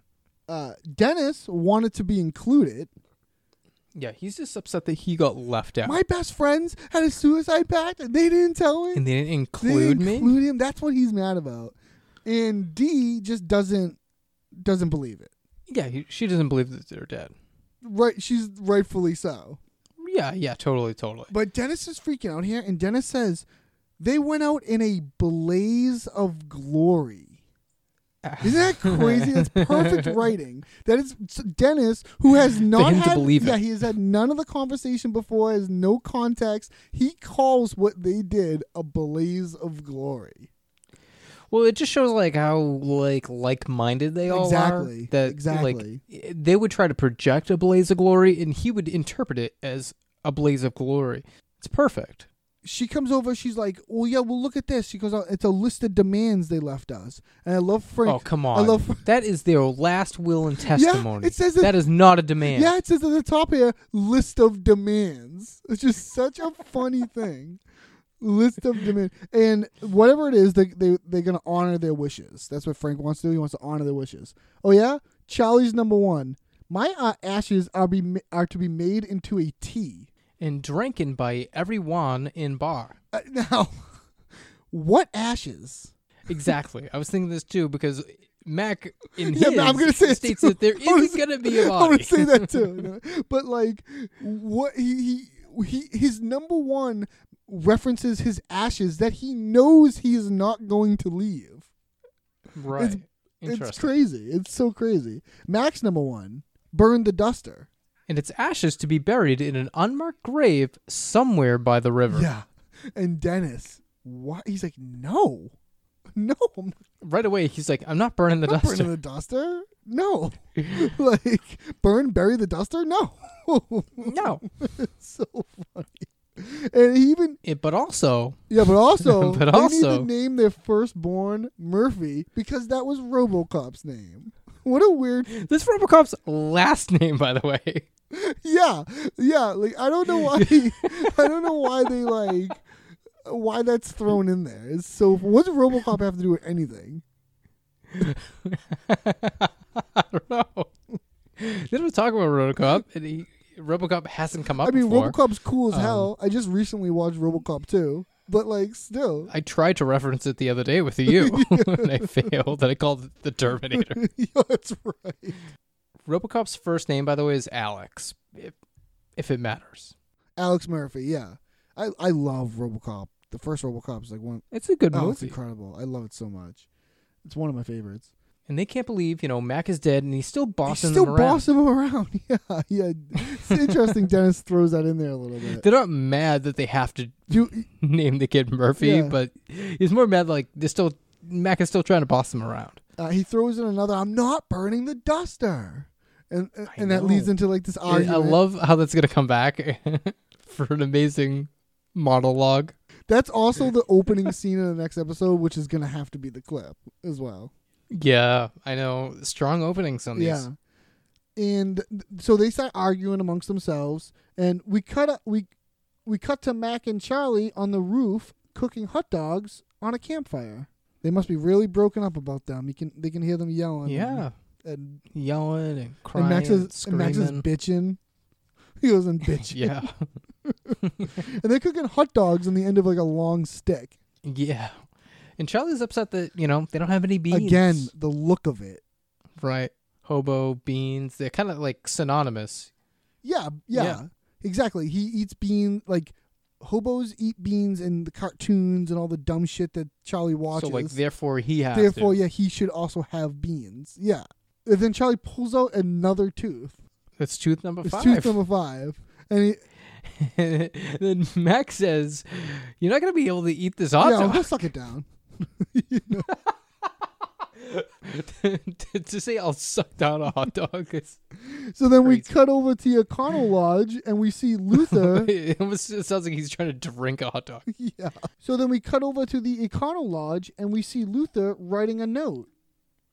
Uh, Dennis wanted to be included.
Yeah, he's just upset that he got left out.
My best friends had a suicide pact and they didn't tell me.
and they didn't
They
include me.
include him. That's what he's mad about. And D just doesn't doesn't believe it.
Yeah, he, she doesn't believe that they're dead.
Right, she's rightfully so.
Yeah, yeah, totally, totally.
But Dennis is freaking out here, and Dennis says they went out in a blaze of glory. Isn't that crazy? That's perfect writing. That is so Dennis, who has not
him to
had,
believe it.
yeah, he has had none of the conversation before, has no context. He calls what they did a blaze of glory.
Well, it just shows like how like like-minded they all
Exactly,
are. That
exactly.
like i- they would try to project a blaze of glory, and he would interpret it as a blaze of glory. It's perfect.
she comes over. She's like, "Well, yeah, well, look at this." She goes, "Oh, "It's a list of demands they left us." And I love Frank.
Oh come
I
on!
love. Fr-
that is their last will and testimony.
it says it-
that is not a demand.
Yeah, it says at the top here, list of demands. It's just such a funny thing. List of demands, and whatever it is, they they they're gonna honor their wishes. That's what Frank wants to do. He wants to honor their wishes. Oh yeah, Charlie's number one. My uh, ashes are be ma- are to be made into a tea.
And drinking by everyone in bar.
Uh, now, what ashes?
Exactly. I was thinking this too because Mac in
Yeah,
his
but I'm gonna say it
states
too.
that there
I'm gonna
isn't
say-
gonna be a
I'm gonna
body.
say that too. But like, what he he he his number one references his ashes that he knows he is not going to leave.
right. Interesting.
It's crazy. It's so crazy. Max number one burn the duster.
and its ashes to be buried in an unmarked grave somewhere by the river.
Yeah, and Dennis, what he's like, no, no, I'm
Right away, he's like, "I'm not burning the
not
duster."
burning the duster. No, like burn bury the duster. No,
no,
so funny. And he even
it, but also,
Yeah, but also
But
they
also-
need to name their firstborn Murphy because that was RoboCop's name. What a weird.
this RoboCop's last name, by the way.
Yeah, yeah. Like I don't know why. I don't know why they like why that's thrown in there. It's so. What does RoboCop have to do with anything?
I don't know. They don't talk about RoboCop, and he, RoboCop hasn't come up.
I mean,
before. Um,
RoboCop's cool as hell. I just recently watched RoboCop too, but like still,
I tried to reference it the other day with you, and I failed. And I called it the Terminator.
yeah, that's right.
RoboCop's first name, by the way, is Alex, if, if it matters.
Alex Murphy. Yeah, I I love RoboCop. The first RoboCop is like one.
It's a good
Oh, it's
movie.
incredible. I love it so much. It's one of my favorites.
and they can't believe you know Mac is dead, and he's still bossing
He's still
them around.
bossing him around. Yeah, yeah. It's interesting. Dennis throws that in there a little bit.
They're not mad that they have to
You,
name the kid Murphy,
Yeah.
but he's more mad like they're still Mac is still trying to boss them around.
uh, he throws in another. I'm not burning the duster, and and, and that
know.
leads into like this
I,
argument.
I love how that's gonna come back for an amazing monologue.
That's also the opening scene of the next episode, which is gonna have to be the clip as well.
Yeah, I know. Strong openings on these.
Yeah. And th- so they start arguing amongst themselves, and we cut a, we we cut to Mac and Charlie on the roof cooking hot dogs on a campfire. They must be really broken up about them. You can they can hear them yelling.
Yeah.
and,
Yelling and
and
crying
Max
and,
is and Max is
screaming.
bitching. He goes and bitching.
yeah.
and they're cooking hot dogs on the end of like a long stick.
Yeah. And Charlie's upset that, you know, they don't have any beans.
Again, the look of it.
Right. Hobo, beans. They're kind of like synonymous.
Yeah, yeah,
Yeah.
exactly. He eats beans like hobos eat beans in the cartoons and all the dumb shit that Charlie watches.
So, like, therefore he has
Therefore,
to.
yeah, he should also have beans. Yeah. And then Charlie pulls out another tooth.
That's tooth number
It's
five.
tooth number five, and he,
then Mac says, You're not going to be able to eat this hot
yeah,
dog.
we'll suck it down.
to, to say I'll suck down a hot dog is
So then we
Crazy.
cut over to O'Connell Lodge, and we see Luther.
it almost sounds like he's trying to drink a hot dog.
yeah. So then we cut over to the Econo Lodge and we see Luther writing a note.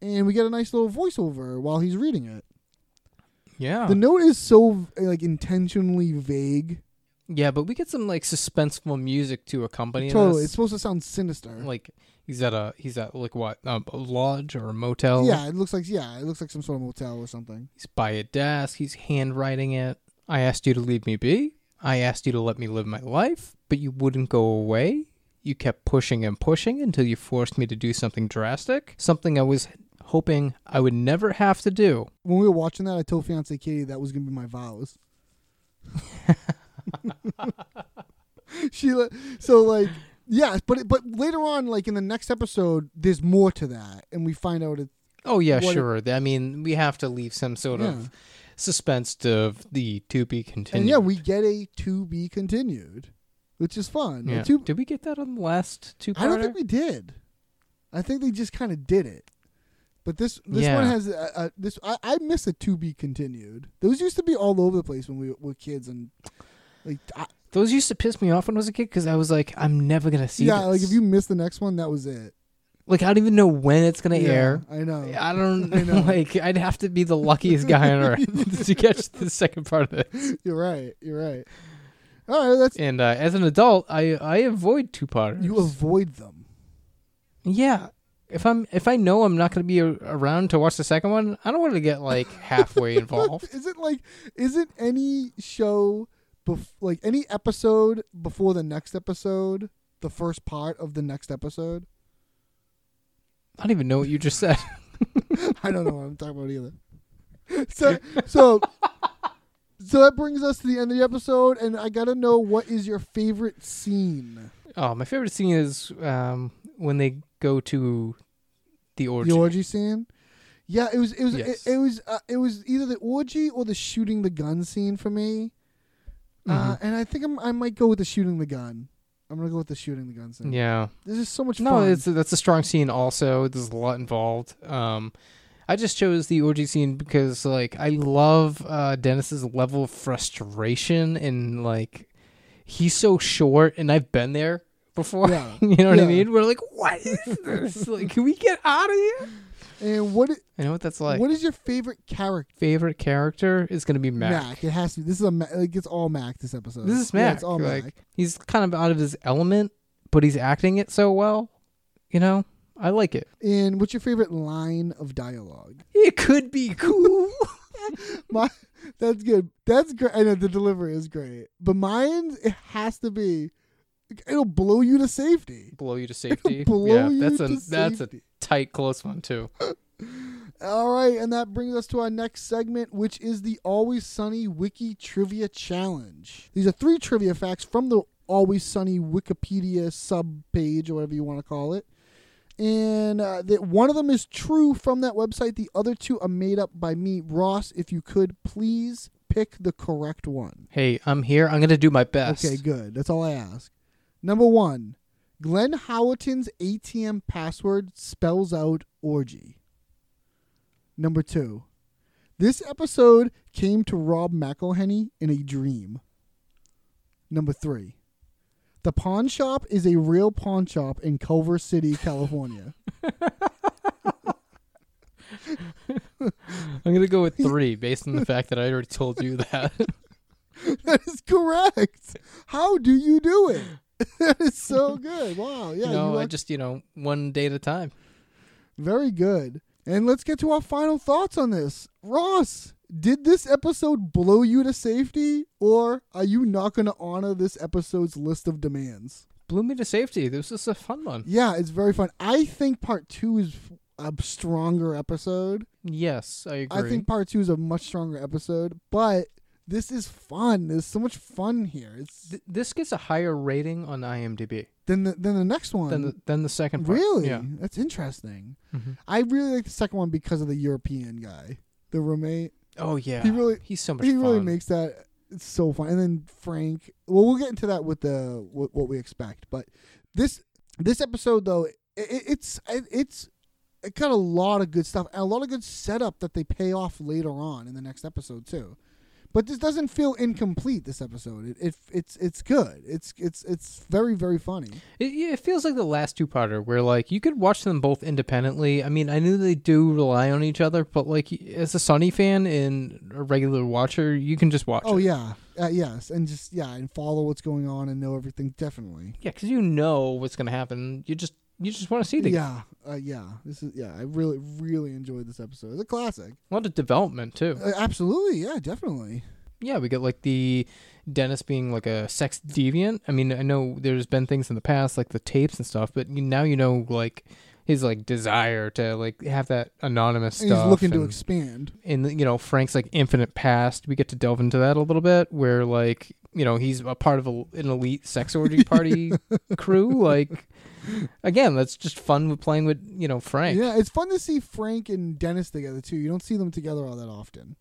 And we get a nice little voiceover while he's reading it.
Yeah.
The note is so like intentionally vague.
yeah, but we get some like suspenseful music to accompany
totally.
this.
It's supposed to sound sinister.
like he's at a he's at like what um, a lodge or a motel.
yeah, it looks like yeah, it looks like some sort of motel or something.
He's by a desk. He's handwriting it. I asked you to leave me be. I asked you to let me live my life, but you wouldn't go away. You kept pushing and pushing until you forced me to do something drastic, something I was hoping I would never have to do.
When we were watching that, I told fiance Katie that was gonna be my vows. she li- so like yes, but it, but later on, like in the next episode, there's more to that, and we find out it.
Oh yeah,
What it-
sure. I mean, we have to leave some sort
Yeah.
of suspense to the to be continued.
And yeah, we get a to be continued, which is fun. A
Yeah.
to-
Did we get that on the last two?
I don't think we did. I think they just kind of did it. But this this one
Yeah.
has a, a, this I, I miss a to be continued. Those used to be all over the place when we were kids and like I,
Those used to piss me off when I was a kid because I was like, I'm never gonna see.
yeah,
this.
like if you missed the next one, that was it.
like, I don't even know when it's gonna air.
I know.
I don't
I know.
like. I'd have to be the luckiest guy on earth to catch the second part of this.
You're right. You're right. All right, that's
And uh, as an adult, I I avoid two parters.
you avoid them.
yeah. If I'm if I know I'm not gonna be a- around to watch the second one, I don't want to get like halfway involved.
is it like is it any show bef- like any episode before the next episode, the first part of the next episode?
I don't even know what you just said.
I don't know what I'm talking about either. So so so that brings us to the end of the episode, and I gotta know what is your favorite scene?
Oh, my favorite scene is um, when they go to the orgy.
The orgy scene. Yeah, it was it was
Yes.
it, it was uh, it was either the orgy or the shooting the gun scene for me. Uh,
Mm-hmm.
and I think I'm, I might go with the shooting the gun. I'm gonna go with the shooting the gun scene.
Yeah.
This is so much
No,
fun.
it's that's a strong scene. Also, there's a lot involved. Um, I just chose the orgy scene because, like, I love uh, Dennis's level of frustration and like he's so short, and I've been there before.
Yeah.
you know what
Yeah.
I mean? We're like, what is this? like, can we get out of here?
and what i-
I know what that's like.
what is your favorite character?
Favorite character is gonna be
Mac.
Mac.
It has to be. This is a Mac, like it's all Mac this episode.
This is
Yeah,
Mac.
it's all
like,
Mac.
He's kind of out of his element, but he's acting it so well. You know, I like it.
And what's your favorite line of dialogue?
It could be cool.
My, that's good. That's great. I know the delivery is great, but mine it has to be. It'll blow you to safety.
blow you to safety.
blow
yeah,
you
that's a
to
that's a
safety.
tight close one too.
All right, and that brings us to our next segment, which is the Always Sunny Wiki Trivia Challenge. These are three trivia facts from the Always Sunny Wikipedia sub page, or whatever you want to call it. And uh, that one of them is true from that website. The other two are made up by me. Ross, if you could please pick the correct one.
Hey, I'm here. I'm gonna do my best.
Okay, good. That's all I ask. Number one, Glenn Howerton's ATM password spells out orgy. Number two, this episode came to Rob McElhenney in a dream. Number three, the pawn shop is a real pawn shop in Culver City, California.
I'm gonna go with three based on the fact that I already told you that.
that is correct. How do you do it? that is so good. Wow. Yeah.
you know, I
are
just you know one day at a time.
Very good. And let's get to our final thoughts on this. Ross, Did this episode blow you to safety, or are you not going to honor this episode's list of demands?
Blew me to safety. This is a fun one.
Yeah, it's very fun. I think part two is a stronger episode.
Yes, I agree.
I think part two is a much stronger episode, but this is fun. There's so much fun here. It's
Th- this gets a higher rating on IMDb
then the, then the next one.
than the, than the second part.
really?
Yeah. Mm-hmm.
That's interesting. I really like the second one because of the European guy, the roommate.
Oh yeah.
He really
he's so much
He
fun.
really makes that it's so fun. And then Frank. Well, we'll get into that with the what, what we expect. But this this episode though, it, it, it's it, it's it got a lot of good stuff and a lot of good setup that they pay off later on in the next episode too. But this doesn't feel incomplete. This episode, it, it it's it's good. It's it's it's very very funny.
It, yeah, it feels like the last two parter where like you could watch them both independently. I mean, I knew they do rely on each other, but like as a Sunny fan and a regular watcher, you can just watch.
Oh
it.
yeah, uh, yes, and just yeah, and follow what's going on and know everything. Definitely.
yeah, because you know what's gonna happen. You just you just want to see the
Yeah, uh, yeah. This is yeah. I really really enjoyed this episode. It's a classic.
a lot of development too.
Uh, absolutely, yeah, definitely.
yeah, we get like the Dennis being like a sex deviant. I mean, I know there's been things in the past like the tapes and stuff, but you- now you know like his like desire to like have that anonymous
And
stuff.
he's looking to
and-
expand.
and you know Frank's like infinite past. We get to delve into that a little bit, where like you know he's a part of a, an elite sex orgy party crew. Like again, that's just fun with playing with you know Frank.
Yeah, it's fun to see Frank and Dennis together too. You don't see them together all that often.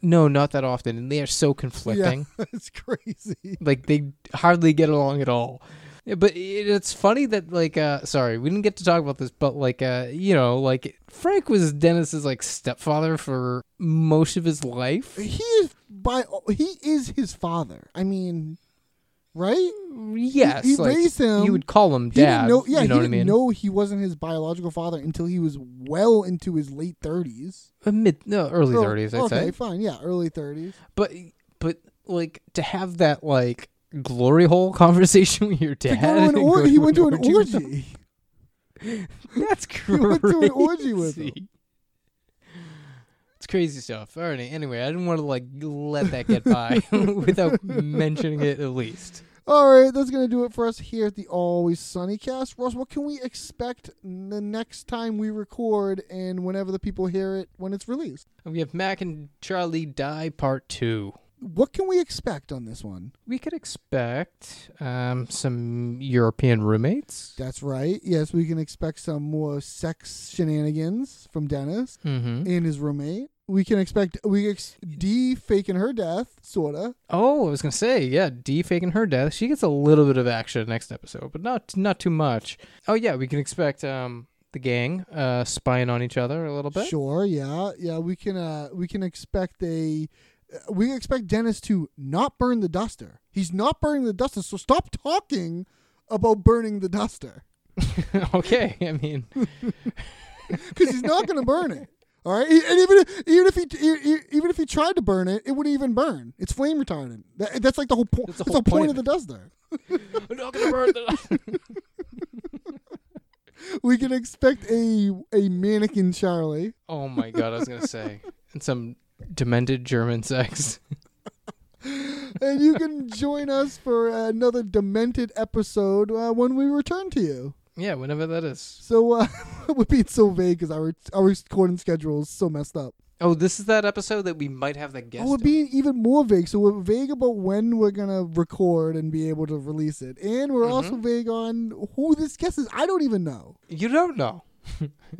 No, not that often, and they are so conflicting.
Yeah, it's crazy.
Like they hardly get along at all. Yeah, But it, it's funny that like uh sorry we didn't get to talk about this but like uh you know like Frank was Dennis's like stepfather for most of his life
He is by he is his father. I mean, right?
yes
he
like,
raised him.
you would call him
He
dad
didn't know. Yeah,
you know
he
what I
didn't
mean
know he wasn't his biological father until he was well into his late thirties.
Uh, mid no early
Oh,
thirties, I'd
okay,
say.
fine. Yeah, early thirties.
But but like to have that like glory hole conversation with your dad.
An
and
or-
go
he went to an
with him,
orgy.
That's crazy.
went to an orgy with
It's crazy stuff. All right. Anyway, I didn't want to like let that get by without mentioning it at least.
All right, that's gonna do it for us here at the Always Sunny Cast. Ross, what can we expect the next time we record and whenever the people hear it when it's released?
We have Mac and Charlie die part two.
What can we expect on this one?
We could expect um, some European roommates.
That's right. Yes, we can expect some more sex shenanigans from Dennis
Mm-hmm.
and his roommate. We can expect we ex- D faking her death, sorta.
Oh, I was gonna say, yeah, D faking her death. She gets a little bit of action next episode, but not not too much. Oh yeah, we can expect um the gang uh spying on each other a little bit.
Sure, yeah, yeah. We can uh we can expect a uh, we expect Dennis to not burn the duster. He's not burning the duster, so stop talking about burning the duster
okay, I mean,
because he's not going to burn it. All right, E, and even even if he e- e- even if he tried to burn it, it wouldn't even burn. It's flame retardant. That, that's like the whole point. That's the whole, point, of the duster.
we're not gonna burn the.
We can expect a a mannequin Charlie.
oh my god, I was gonna say, and some demented German sex.
and you can join us for another demented episode uh, when we return to you.
Yeah, whenever that is.
So uh, we're being so vague because our our recording schedule is so messed up.
Oh, this is that episode that we might have that guest.
Oh, we're
on.
being even more vague. So we're vague about when we're gonna record and be able to release it, and
Mm-hmm.
we're also vague on who this guest is. I don't even know.
You don't know.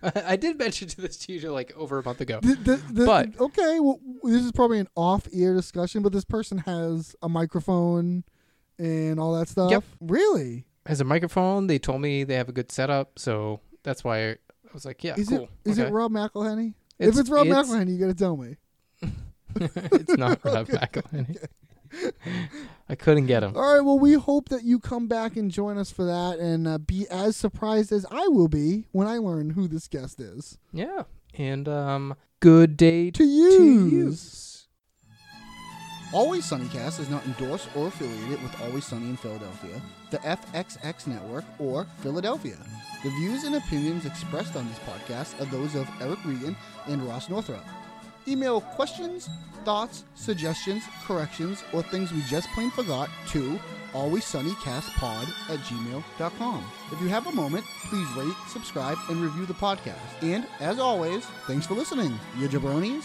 I I did mention to this to you like over a month ago.
The- the- the-
But-
okay, well, this is probably an off-ear discussion, but this person has a microphone and all that stuff.
Yep.
Really?
has a microphone. They told me they have a good setup, so that's why I was like, yeah,
Is
cool.
it is
okay.
it Rob McElhenney? if
It's-
it's Rob
it's-
McElhenney, you gotta tell me.
it's not Rob McElhenney. I couldn't get him.
All right. Well, we hope that you come back and join us for that, and uh, be as surprised as I will be when I learn who this guest is.
Yeah, and um, good day
To
To
use.
use.
Always Sunnycast is not endorsed or affiliated with Always Sunny in Philadelphia, the FXX Network, or Philadelphia. The views and opinions expressed on this podcast are those of Eric Regan and Ross Northrup.
Email questions, thoughts, suggestions, corrections, or things we just plain forgot to alwayssunnycastpod at gmail.com. If you have a moment, please rate, subscribe, and review the podcast. And as always, thanks for listening, you jabronis.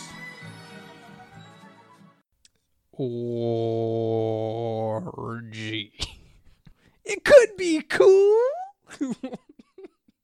Orgy. It could be cool.